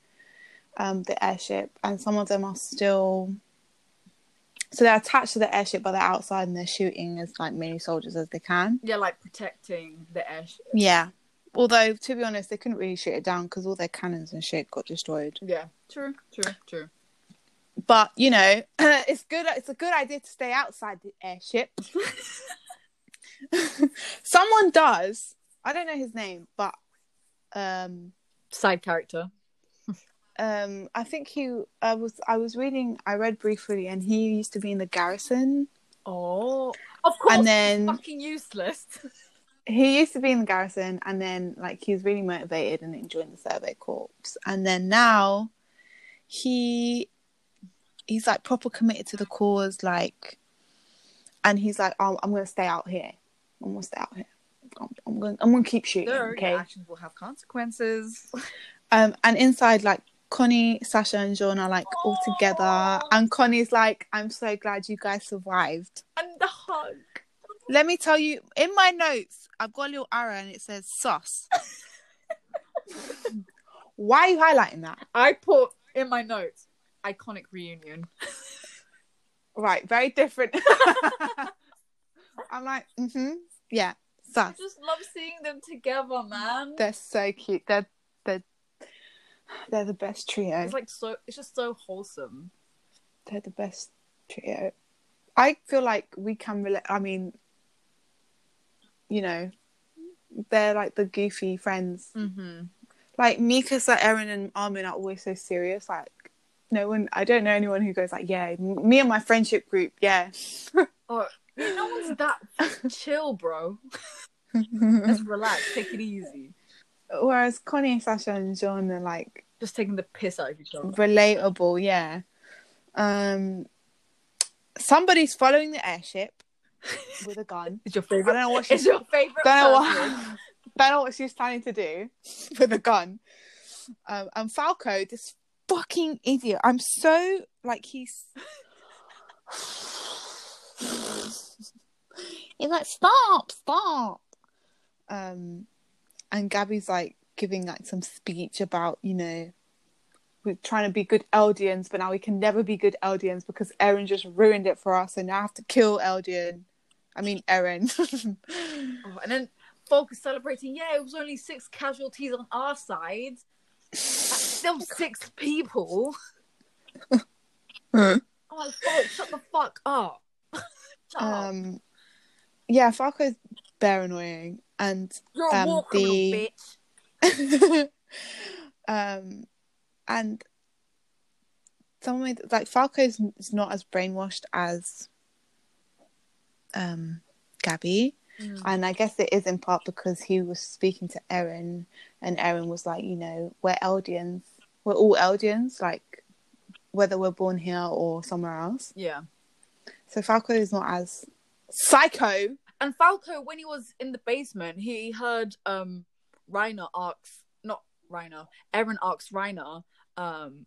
Speaker 2: um, the airship, and some of them are still. So they're attached to the airship, but they're outside and they're shooting as like many soldiers as they can.
Speaker 1: Yeah, like protecting the airship.
Speaker 2: Yeah. Although to be honest, they couldn't really shoot it down because all their cannons and shit got destroyed.
Speaker 1: Yeah, true, true, true.
Speaker 2: But you know, it's good. It's a good idea to stay outside the airship. Someone does. I don't know his name, but um,
Speaker 1: Side character.
Speaker 2: um, I think he. I was. I was reading. I read briefly, and he used to be in the garrison.
Speaker 1: Oh, of course.
Speaker 2: And then
Speaker 1: fucking useless.
Speaker 2: he used to be in the garrison and then like he was really motivated and enjoying the survey corps and then now he he's like proper committed to the cause like and he's like oh, i'm gonna stay out here i'm gonna stay out here i'm, I'm gonna i'm gonna keep shooting
Speaker 1: Their
Speaker 2: okay
Speaker 1: actions will have consequences.
Speaker 2: um and inside like connie sasha and Jean are like all together
Speaker 1: Aw.
Speaker 2: and connie's like i'm so glad you guys survived
Speaker 1: And the hug.
Speaker 2: Let me tell you, in my notes, I've got a little arrow and it says sus. Why are you highlighting that?
Speaker 1: I put in my notes iconic reunion.
Speaker 2: Right, very different. I'm like, mm-hmm. Yeah,
Speaker 1: I
Speaker 2: sus.
Speaker 1: just love seeing them together, man.
Speaker 2: They're so cute. They're they're they're the best trio.
Speaker 1: It's like so. It's just so wholesome.
Speaker 2: They're the best trio. I feel like we can relate I mean, you know, they're like the goofy friends
Speaker 1: Mm-hmm.
Speaker 2: like Mikasa, Erin, and Armin are always so serious. Like, no one, I don't know anyone who goes like, yeah, m- me and my friendship group, yeah.
Speaker 1: Or no one's that chill, bro. Just relax, take it easy.
Speaker 2: Whereas Connie and Sasha and John are like
Speaker 1: Just taking the piss out of each other.
Speaker 2: relatable, yeah. Um, somebody's following the airship with a gun.
Speaker 1: It's your
Speaker 2: I don't
Speaker 1: favorite.
Speaker 2: know what she's
Speaker 1: It's your favorite.
Speaker 2: don't know
Speaker 1: person.
Speaker 2: what don't know what she's planning to do with a gun. Um, and Falco, this fucking idiot. I'm so like he's. he's like stop, stop. Um, and Gabby's like giving like some speech about you know. We're trying to be good Eldians, but now we can never be good Eldians because Erin just ruined it for us, and now I have to kill Eldian. I mean, Erin.
Speaker 1: Oh, and then folk is celebrating. Yeah, it was only six casualties on our side. That's still six people.
Speaker 2: Huh.
Speaker 1: I'm like, folk, shut the fuck up. shut up.
Speaker 2: Um, yeah, Falco's bare annoying, and
Speaker 1: You're a
Speaker 2: um,
Speaker 1: war criminal,
Speaker 2: the-
Speaker 1: bitch.
Speaker 2: um, and someone with- like Falco's n- is not as brainwashed as um Gabby, and I guess it is in part because he was speaking to Erin, and Erin was like, you know, we're Eldians, we're all Eldians, like whether we're born here or somewhere else.
Speaker 1: Yeah.
Speaker 2: So Falco is not as psycho.
Speaker 1: And Falco, when he was in the basement, he heard um Reiner asks not Reiner, Aaron asks Reiner, um,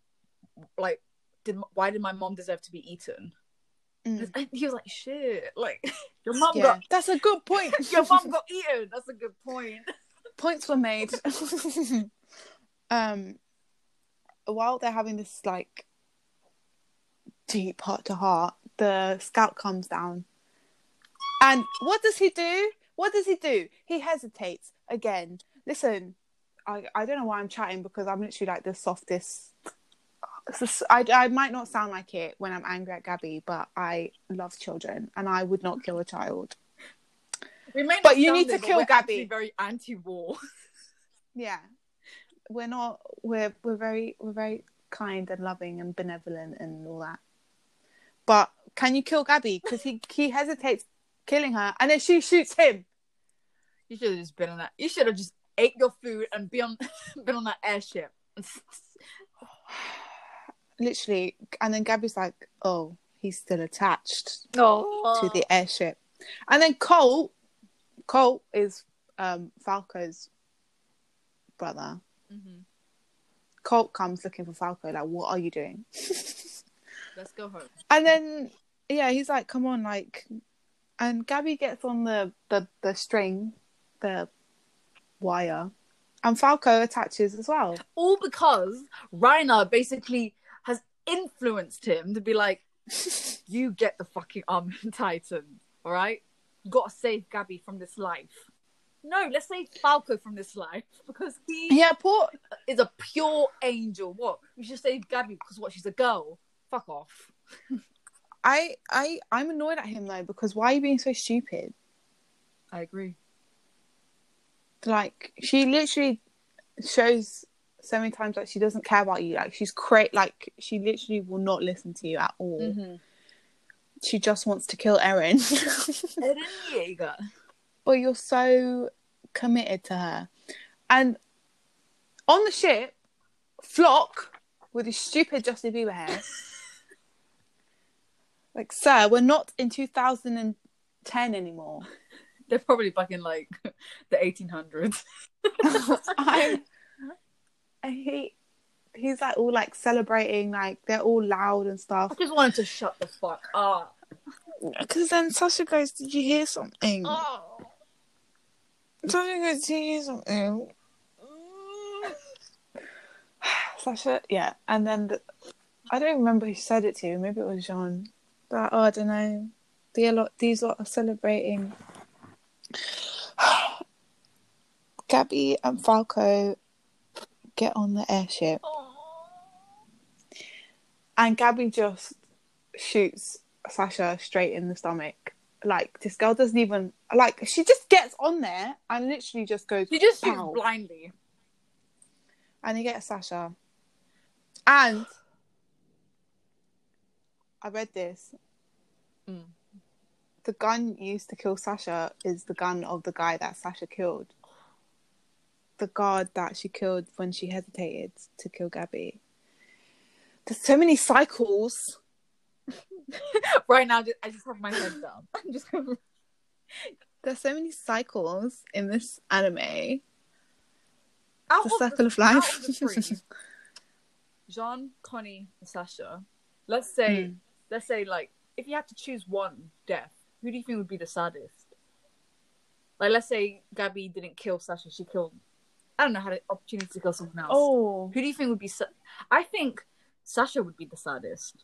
Speaker 1: like, did why did my mom deserve to be eaten?
Speaker 2: Mm.
Speaker 1: And he was like, shit, like your mom
Speaker 2: Yeah,
Speaker 1: got
Speaker 2: that's a good point.
Speaker 1: your mom got eaten. That's a good point.
Speaker 2: points were made. um, while they're having this like deep heart to heart, the scout comes down, and what does he do? What does he do? He hesitates again. Listen, I I don't know why I'm chatting because I'm literally like the softest. this is- I, I might not sound like it when I'm angry at Gabby, but I love children and I would not kill a child.
Speaker 1: We may not
Speaker 2: But you
Speaker 1: sound
Speaker 2: need to
Speaker 1: it, but
Speaker 2: kill
Speaker 1: we're actually
Speaker 2: Gabby.
Speaker 1: Very anti-war.
Speaker 2: yeah we're not we're we're very we're very kind and loving and benevolent and all that but can you kill gabby because he he hesitates killing her and then she shoots him
Speaker 1: You should have just been on that. You should have just ate your food and be on been on that airship.
Speaker 2: literally and then gabby's like oh he's still attached
Speaker 1: oh,
Speaker 2: to the airship and then colt colt is um falco's brother
Speaker 1: Mhm.
Speaker 2: colt comes looking for falco like what are you doing
Speaker 1: Let's go home.
Speaker 2: and then yeah he's like come on like and gabby gets on the the, the string the wire And Falco attaches as well.
Speaker 1: all because Reiner basically has influenced him to be like, you get the fucking Armin Titan, all right? Gotta save Gabby from this life. No, let's save Falco from this life because he
Speaker 2: Yeah, poor
Speaker 1: is a pure angel. What? We should save Gabby because what? She's a girl. Fuck off.
Speaker 2: I I I'm annoyed at him though because why are you being so stupid?
Speaker 1: I agree.
Speaker 2: Like she literally shows so many times that she doesn't care about you. Like she's create like she literally will not listen to you at all. She just wants to kill Erin.
Speaker 1: Eren Yeager.
Speaker 2: but you're so committed to her. And on the ship, Flock with his stupid Justin Bieber hair. like, sir, we're not in 2010 anymore.
Speaker 1: They're probably back in like the 1800s.
Speaker 2: I'm, and he, he's like all like celebrating, like they're all loud and
Speaker 1: I
Speaker 2: stuff.
Speaker 1: just wanted to shut the fuck up.
Speaker 2: Because then Sasha goes, "Did you hear something?"
Speaker 1: Oh.
Speaker 2: Sasha goes, "Did you hear something?" Sasha, yeah. And then the, I don't remember who said it to. Maybe it was Jean. But oh, I don't know. The lot, these lot are celebrating. Gabby and Falco get on the airship, and Gabby just shoots Sasha straight in the stomach. Like this girl doesn't even like. She just gets on there and literally just goes.
Speaker 1: She just shoots
Speaker 2: pow.
Speaker 1: blindly.
Speaker 2: and you get Sasha. And I read this.
Speaker 1: Mm.
Speaker 2: The gun used to kill Sasha is the gun of the guy that Sasha killed. The guard that she killed when she hesitated to kill Gabby. There's so many cycles.
Speaker 1: right now, ju- I just have my head down. I'm just going
Speaker 2: There's so many cycles in this anime.
Speaker 1: out
Speaker 2: The
Speaker 1: of
Speaker 2: circle of
Speaker 1: out
Speaker 2: life.
Speaker 1: the three, Jean, Connie, and Sasha. Let's say,
Speaker 2: Hmm.
Speaker 1: let's say, like, if you had to choose one death, who do you think would be the saddest? Like, let's say Gabby didn't kill Sasha; she killed. I don't know had an opportunity to kill someone else.
Speaker 2: Oh,
Speaker 1: who do you think would be? Sa- I think Sasha would be the saddest.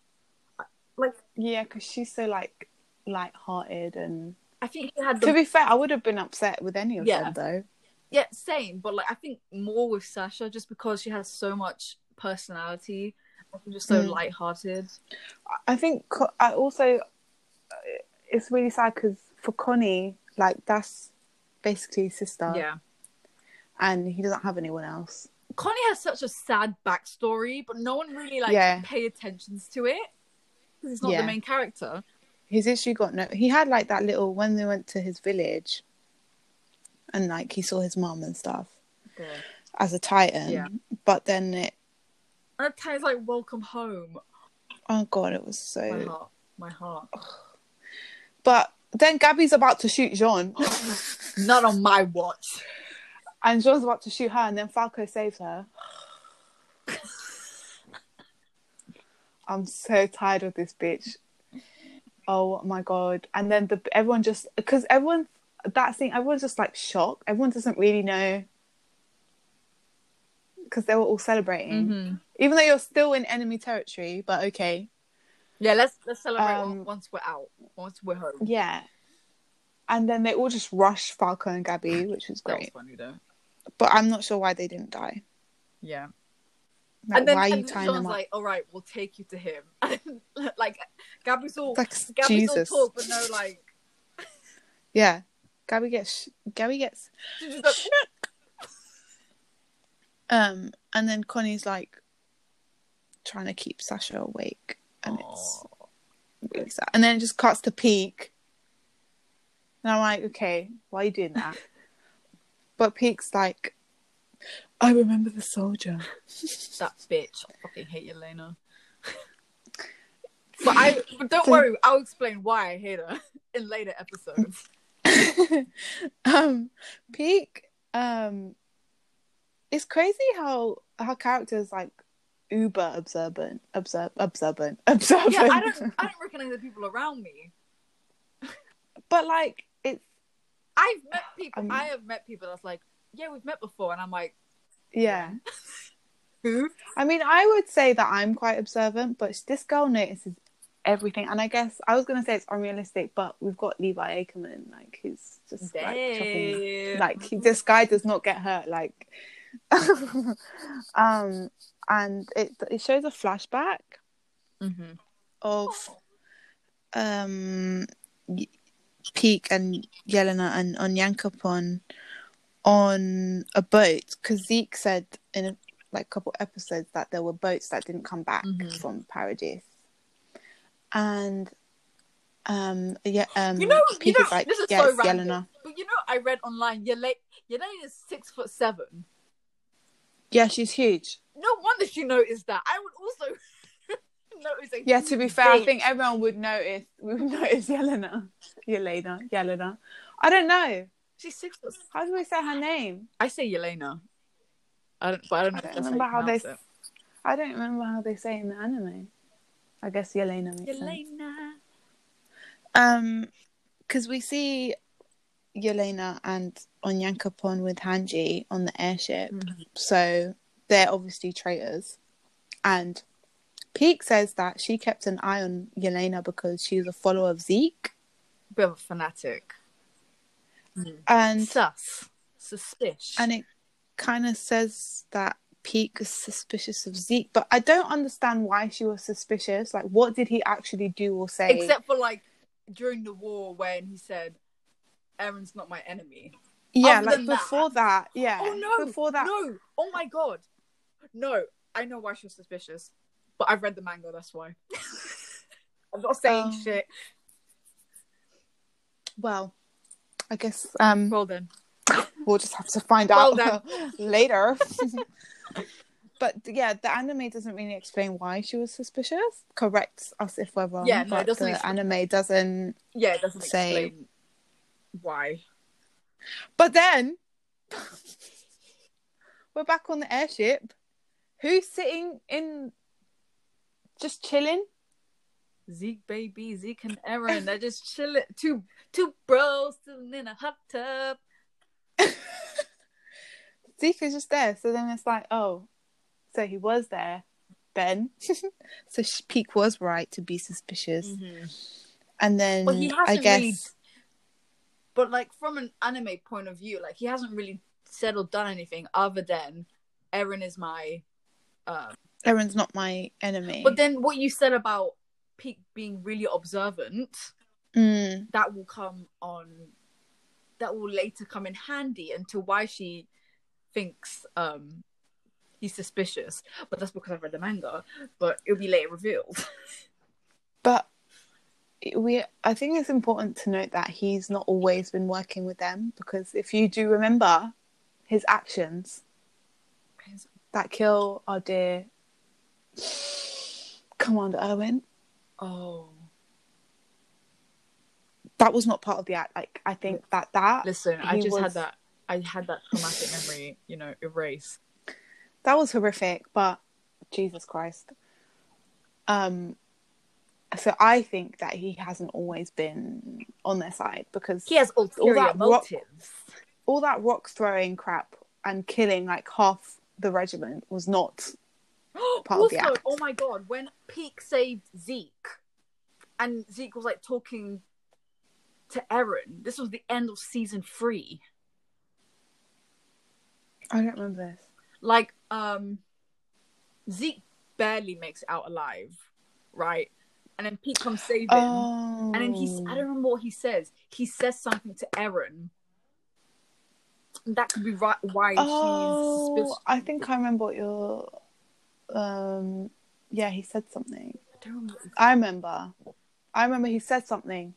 Speaker 1: Like,
Speaker 2: yeah, because she's so like light-hearted and
Speaker 1: I think he had the
Speaker 2: to be fair, I would have been upset with any of
Speaker 1: Yeah.
Speaker 2: them though.
Speaker 1: yeah, same. But like, I think more with Sasha just because she has so much personality. and Just so
Speaker 2: Mm.
Speaker 1: light-hearted.
Speaker 2: I think Co- I also uh, it's really sad because for Connie, like that's basically his sister,
Speaker 1: Yeah,
Speaker 2: and he doesn't have anyone else.
Speaker 1: Connie has such a sad backstory, but no one really like
Speaker 2: Yeah.
Speaker 1: pay attentions to it because he's not
Speaker 2: Yeah.
Speaker 1: the main character.
Speaker 2: He's literally got no. He had like that little when they went to his village, and like he saw his mom and stuff as a titan.
Speaker 1: Yeah.
Speaker 2: But then it,
Speaker 1: And at times, like "Welcome Home,"
Speaker 2: oh god, it was so.
Speaker 1: my heart, my heart.
Speaker 2: Oh, But then Gabby's about to shoot Jean,
Speaker 1: Not on my watch.
Speaker 2: and Jean's about to shoot her, and then Falco saves her. I'm so tired of this bitch. Oh my god! And then the everyone just because everyone that scene, everyone's just like shocked. Everyone doesn't really know because they were all celebrating,
Speaker 1: Mhm.
Speaker 2: even though you're still in enemy territory. But okay,
Speaker 1: Yeah, let's let's celebrate
Speaker 2: Um,
Speaker 1: on- once we're out, once we're home.
Speaker 2: yeah. And then they all just rush Falco and Gabby, which was
Speaker 1: That was
Speaker 2: great.
Speaker 1: funny though.
Speaker 2: But I'm not sure why they didn't die.
Speaker 1: Yeah.
Speaker 2: Like,
Speaker 1: and then,
Speaker 2: why are you
Speaker 1: and then
Speaker 2: tying
Speaker 1: Sean's
Speaker 2: them up?
Speaker 1: like, "All right, we'll take you to him." like, Gabby's all
Speaker 2: Like,
Speaker 1: Gabby's
Speaker 2: Jesus.
Speaker 1: all talk, but no, like,
Speaker 2: Yeah. Gabby gets Gabby gets
Speaker 1: she's just like,
Speaker 2: um and then Connie's like trying to keep Sasha awake and it's
Speaker 1: "Aw."
Speaker 2: really sad. And then it just cuts to peak. And I'm like, okay, why are you doing that? but Peak's like I remember the soldier.
Speaker 1: that bitch. I fucking hate Elena. but I but don't worry, I'll explain why I hate her in later episodes.
Speaker 2: um Peak um it's crazy how her character's like uber observant observe observant observant
Speaker 1: yeah, I don't I don't recognize the people around me.
Speaker 2: but like it's
Speaker 1: I've met people
Speaker 2: Um,
Speaker 1: I have met people that's like, yeah, we've met before and I'm like,
Speaker 2: Yeah.
Speaker 1: Who?
Speaker 2: I mean, I would say that I'm quite observant, but this girl notices everything. And I guess I was going to say it's unrealistic, but we've got Levi Ackerman, like, who's just like, chopping-
Speaker 1: Damn.
Speaker 2: like he- this guy does not get hurt. Like, um, and it it shows a flashback
Speaker 1: Mhm.
Speaker 2: of um Y- Peek and Yelena and Onyankopon on a boat because Zeke said in a, like couple episodes that there were boats that didn't come back
Speaker 1: Mhm.
Speaker 2: from Paradise, and um yeah um
Speaker 1: You know- you
Speaker 2: Peek
Speaker 1: know,
Speaker 2: is like
Speaker 1: this is
Speaker 2: yeah
Speaker 1: so
Speaker 2: it's
Speaker 1: random.
Speaker 2: Yelena
Speaker 1: But you know, I read online. Yelena Yelena is six foot seven.
Speaker 2: yeah she's huge
Speaker 1: No wonder she noticed that. I would also notice. a
Speaker 2: yeah to be fair I
Speaker 1: big-
Speaker 2: think everyone would notice we would notice Yelena Yelena Yelena I don't know
Speaker 1: she's six foot.
Speaker 2: how do we say her name
Speaker 1: I say Yelena. I don't. But I don't know.
Speaker 2: I
Speaker 1: if
Speaker 2: don't
Speaker 1: that's
Speaker 2: remember how they.
Speaker 1: pronounce it.
Speaker 2: I don't remember how they say it in the anime. I guess Yelena makes sense.
Speaker 1: Yelena.
Speaker 2: Um, because we see Yelena and Onyankopon with Hanji on the airship,
Speaker 1: Mhm.
Speaker 2: so they're obviously traitors. And Peek says that she kept an eye on Yelena because she's a follower of Zeke.
Speaker 1: Bit of a fanatic.
Speaker 2: And
Speaker 1: Sus. Suspicious.
Speaker 2: and it kind of says that Peek is suspicious of Zeke, but I don't understand why she was suspicious. Like, what did he actually do or say?
Speaker 1: Except for like during the war when he said, "Aaron's not my enemy."
Speaker 2: yeah,
Speaker 1: other
Speaker 2: like
Speaker 1: than that.
Speaker 2: before that. yeah,
Speaker 1: Oh no!
Speaker 2: before that,
Speaker 1: no! Oh my god! No, I know why she was suspicious, but I've read the manga. That's why. I'm not saying
Speaker 2: Oh.
Speaker 1: shit.
Speaker 2: well, I guess um,
Speaker 1: Well then,
Speaker 2: we'll just have to find
Speaker 1: Well
Speaker 2: out later. but yeah, the anime doesn't really explain why she was suspicious. Correct us if we're wrong.
Speaker 1: Yeah, no, it
Speaker 2: but
Speaker 1: doesn't
Speaker 2: the
Speaker 1: explain
Speaker 2: anime doesn't.
Speaker 1: yeah, it doesn't
Speaker 2: Say-
Speaker 1: explain why.
Speaker 2: But then we're back on the airship. Who's sitting in just chilling?
Speaker 1: Zeke, baby, Zeke and Aaron, they're just chilling. Two two bros sitting in a hot tub.
Speaker 2: Zeke is just there. So then it's like, oh, so he was there then. so sh- Peek was right to be suspicious. And then
Speaker 1: Mm-hmm. Well, he
Speaker 2: I
Speaker 1: hasn't
Speaker 2: guess,
Speaker 1: really, but like from an anime point of view, like he hasn't really said or done anything other than Aaron is my. Um,
Speaker 2: Aaron's not my enemy.
Speaker 1: but then what you said about Peak being really observant,
Speaker 2: Mm,
Speaker 1: that will come on, that will later come in handy into why she thinks um he's suspicious. But that's because I've read the manga. But it'll be later revealed.
Speaker 2: but we, I think it's important to note that he's not always been working with them because if you do remember his actions that kill our dear Commander Irwin,
Speaker 1: Oh,
Speaker 2: that was not part of the act. Like, I think that that
Speaker 1: listen, I
Speaker 2: He
Speaker 1: just had
Speaker 2: was-
Speaker 1: that. I had that traumatic memory, you know, erased.
Speaker 2: that was horrific but jesus christ um so i think that he hasn't always been on their side because
Speaker 1: He has ulterior
Speaker 2: that ro-
Speaker 1: motives.
Speaker 2: all that rock throwing crap and killing like half the regiment was not Part of
Speaker 1: also,
Speaker 2: the act.
Speaker 1: oh my god, when Peak saved Zeke, and Zeke was like talking to Aaron. This was the end of season three.
Speaker 2: i don't remember this
Speaker 1: Like, um, Zeke barely makes it out alive, right? And then Peak comes saving,
Speaker 2: oh
Speaker 1: and then he's—I don't remember what he says. He says something to Aaron. And That could be right. Why she's
Speaker 2: oh
Speaker 1: suspicious.
Speaker 2: i think i remember what you're um yeah he said something
Speaker 1: I don't remember,
Speaker 2: i remember i remember he said something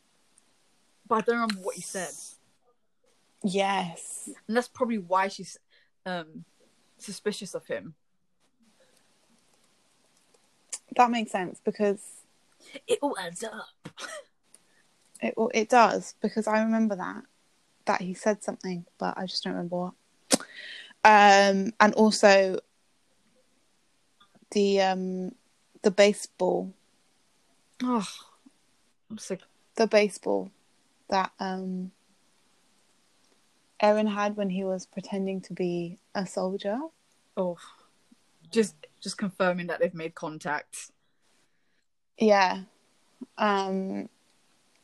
Speaker 1: but I don't remember what he said.
Speaker 2: yes
Speaker 1: and that's probably why she's um suspicious of him
Speaker 2: that makes sense because
Speaker 1: it all adds up
Speaker 2: It well, it does because I remember that that he said something, but I just don't remember what. Um, and also the um the baseball,
Speaker 1: oh i'm sick
Speaker 2: the baseball that um Aaron had when he was pretending to be a soldier.
Speaker 1: Oh, just just confirming that they've made contact.
Speaker 2: Yeah. Um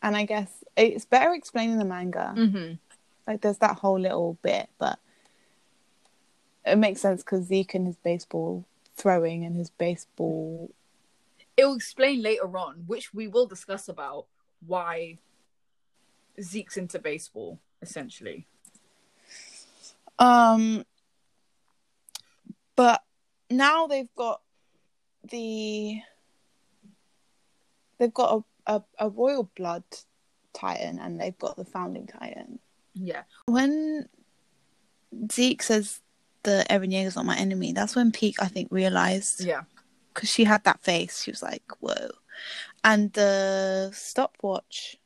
Speaker 2: and I guess it's better explaining the manga.
Speaker 1: Mm-hmm.
Speaker 2: Like there's that whole little bit, but it makes sense because Zeke and his baseball throwing and his baseball
Speaker 1: It will explain later on, which we will discuss about why Zeke's into baseball, essentially.
Speaker 2: Um, but now they've got the they've got a, a, a royal blood titan and they've got the founding titan.
Speaker 1: Yeah.
Speaker 2: When Zeke says the Evan Yeager's not my enemy, that's when Peak I think realized
Speaker 1: Yeah.
Speaker 2: because she had that face. She was like, "Whoa!" And the stopwatch,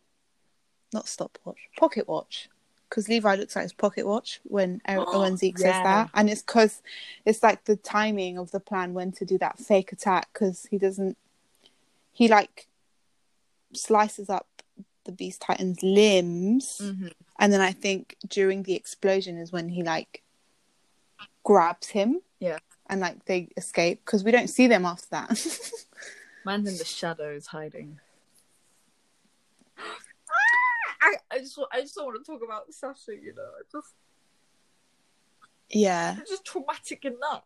Speaker 2: not stopwatch, pocket watch, because Levi looks like his pocket watch when Eric,
Speaker 1: Oh,
Speaker 2: when Zeke
Speaker 1: yeah.
Speaker 2: says that, and it's because it's like the timing of the plan when to do that fake attack because he doesn't, he like slices up the Beast Titan's limbs,
Speaker 1: Mm-hmm.
Speaker 2: and then I think during the explosion is when he like grabs him.
Speaker 1: Yeah.
Speaker 2: And like they escape because we don't see them after that.
Speaker 1: Man's in the shadows hiding. I, I just wa- I just don't want to talk about Sasha, you know. It's just
Speaker 2: Yeah,
Speaker 1: it's just traumatic enough.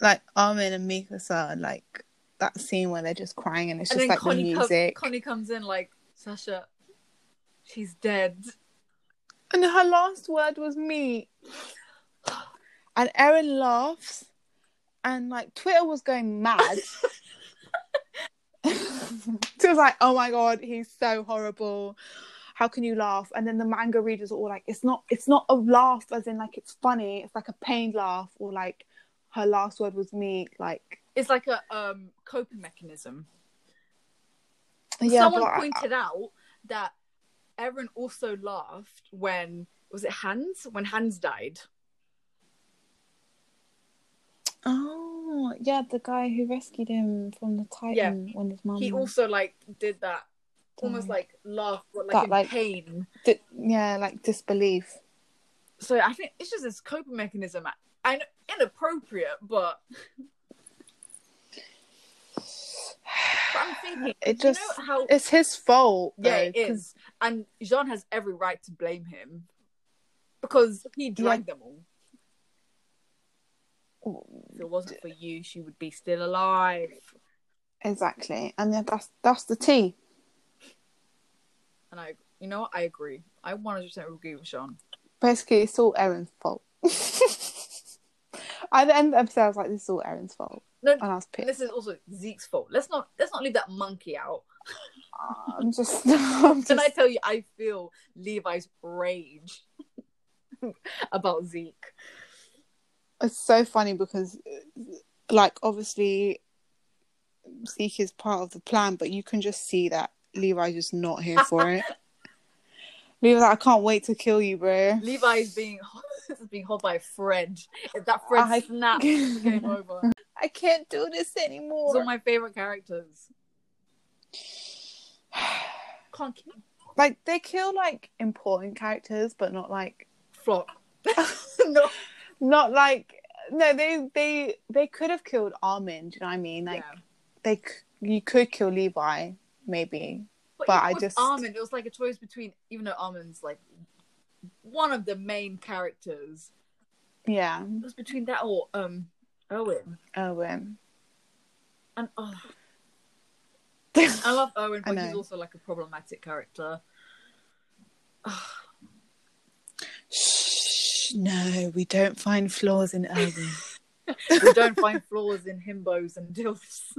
Speaker 2: like Armin and Mikasa, like that scene where they're just crying and it's
Speaker 1: and then
Speaker 2: just like the
Speaker 1: Connie, co-
Speaker 2: music
Speaker 1: Connie comes in like Sasha, she's dead.
Speaker 2: and her last word was me. And Erin laughs, and like Twitter was going mad. she was like, "Oh my god, he's so horrible. How can you laugh?" And then the manga readers are all like, "It's not, it's not a laugh, as in like it's funny. It's like a pained laugh, or like her last word was me." Like,
Speaker 1: It's like a um coping mechanism.
Speaker 2: yeah,
Speaker 1: Someone
Speaker 2: but I-
Speaker 1: pointed out that Erin also laughed when was it Hans when Hans died.
Speaker 2: Oh, yeah, the guy who rescued him from the Titan when his mum.
Speaker 1: He also like did that almost
Speaker 2: died.
Speaker 1: like laugh but like
Speaker 2: That,
Speaker 1: in
Speaker 2: like-
Speaker 1: pain.
Speaker 2: Di- yeah, like disbelief.
Speaker 1: So I think it's just this coping mechanism. I- I know inappropriate, but, but I'm thinking
Speaker 2: It
Speaker 1: you
Speaker 2: just.
Speaker 1: know how
Speaker 2: It's his fault.
Speaker 1: Yeah, it
Speaker 2: though, 'cause-
Speaker 1: is. And Jean has every right to blame him because he dragged them all. If it wasn't for you, she would be still alive.
Speaker 2: Exactly, and then that's that's the tea.
Speaker 1: And I, you know what? I agree. I 100% agree with Jean.
Speaker 2: Basically, it's all Erin's fault. At the end of the episode, I was like, "This is all Erin's fault,"
Speaker 1: No,
Speaker 2: and I was
Speaker 1: and
Speaker 2: pissed.
Speaker 1: this is also Zeke's fault. Let's not let's not leave that monkey out.
Speaker 2: I'm just, I'm just
Speaker 1: Can I tell you? I feel Levi's rage about Zeke.
Speaker 2: it's so funny because like obviously Zeke is part of the plan, but you can just see that Levi's just not here for it. Levi's like, I can't wait to kill you, bro.
Speaker 1: Levi is being is being held by Fred. If that Fred
Speaker 2: I-
Speaker 1: snaps, it's game over. He's
Speaker 2: I can't do this anymore.
Speaker 1: one of my favorite characters. Can't keep
Speaker 2: Like they kill like important characters, but not like
Speaker 1: flop. no.
Speaker 2: not like no, they they they could have killed Armin. Do you know what I mean? Like
Speaker 1: yeah.
Speaker 2: they c- you could kill Levi, maybe.
Speaker 1: But,
Speaker 2: but
Speaker 1: even
Speaker 2: I
Speaker 1: with
Speaker 2: just-
Speaker 1: Armin, it was like a choice between even though Armin's like one of the main characters,
Speaker 2: Yeah,
Speaker 1: it was between that or um Owen.
Speaker 2: Owen.
Speaker 1: And oh I love Owen,
Speaker 2: I
Speaker 1: but he's
Speaker 2: know.
Speaker 1: also like a problematic character.
Speaker 2: Shh, no, we don't find flaws in Owen.
Speaker 1: we don't find flaws in himbos and dilfs.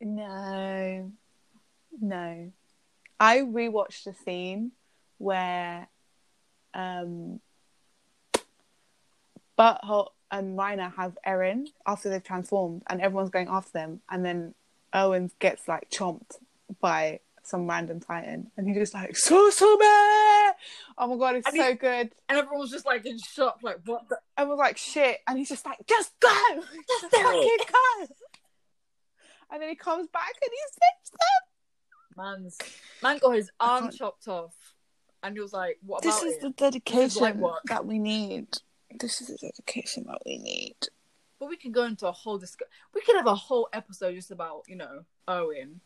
Speaker 2: no, no. I rewatched the scene where um, Butthole and Miner have Erin after they've transformed, and everyone's going after them, and then Owen gets like chomped by some random titan, and he's just like so so bad. Oh my god, it's
Speaker 1: And he-
Speaker 2: so good.
Speaker 1: And everyone's just like in shock, like what the
Speaker 2: and was like, shit. And he's just like, just go, just
Speaker 1: do
Speaker 2: fucking go. And then he comes back and he saves them.
Speaker 1: man's man got his
Speaker 2: I
Speaker 1: arm
Speaker 2: can't-
Speaker 1: chopped off and he was like, What
Speaker 2: This
Speaker 1: about
Speaker 2: is
Speaker 1: it?
Speaker 2: the
Speaker 1: This is light
Speaker 2: dedication
Speaker 1: work.
Speaker 2: that we need. This is the dedication that we need.
Speaker 1: But we could go into a whole disc. We could have a whole episode just about you know Owen.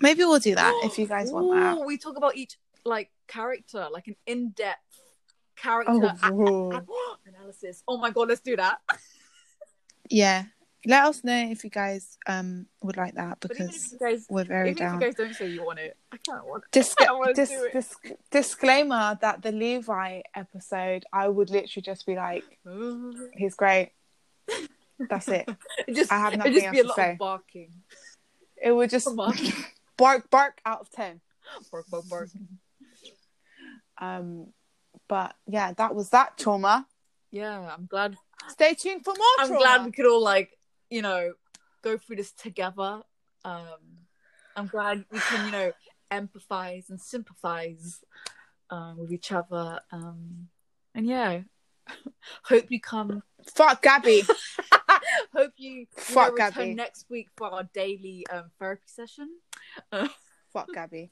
Speaker 2: Maybe we'll do that if you guys want that.
Speaker 1: Ooh, We talk about each like character, like an in-depth character a-
Speaker 2: Oh,
Speaker 1: a- analysis. Oh my god, let's do that.
Speaker 2: yeah. Let us know if you guys um would like that
Speaker 1: But even if
Speaker 2: because
Speaker 1: you guys,
Speaker 2: we're very
Speaker 1: even if you
Speaker 2: down.
Speaker 1: guys don't say you want it, I can't want it.
Speaker 2: Disc-
Speaker 1: I don't wanna
Speaker 2: dis-
Speaker 1: do it.
Speaker 2: dis- disclaimer that the Levi episode, I would literally just be like, he's great. That's it.
Speaker 1: It just,
Speaker 2: I have
Speaker 1: it'd
Speaker 2: nothing
Speaker 1: just
Speaker 2: else
Speaker 1: be a
Speaker 2: to
Speaker 1: lot
Speaker 2: say.
Speaker 1: of barking.
Speaker 2: It would just
Speaker 1: Bark,
Speaker 2: bark, bark out of 10.
Speaker 1: bark, bark, bark.
Speaker 2: Um, but yeah, that was that trauma.
Speaker 1: Yeah, I'm glad.
Speaker 2: Stay tuned for more
Speaker 1: I'm
Speaker 2: trauma.
Speaker 1: glad we could all like, you know, go through this together. Um, I'm glad we can, you know, empathize and sympathize um, with each other. Um, and yeah, hope you come.
Speaker 2: Fuck Gabby.
Speaker 1: hope you, you know,
Speaker 2: Fuck,
Speaker 1: return
Speaker 2: Gabby.
Speaker 1: next week for our daily um, therapy session.
Speaker 2: Fuck Gabby.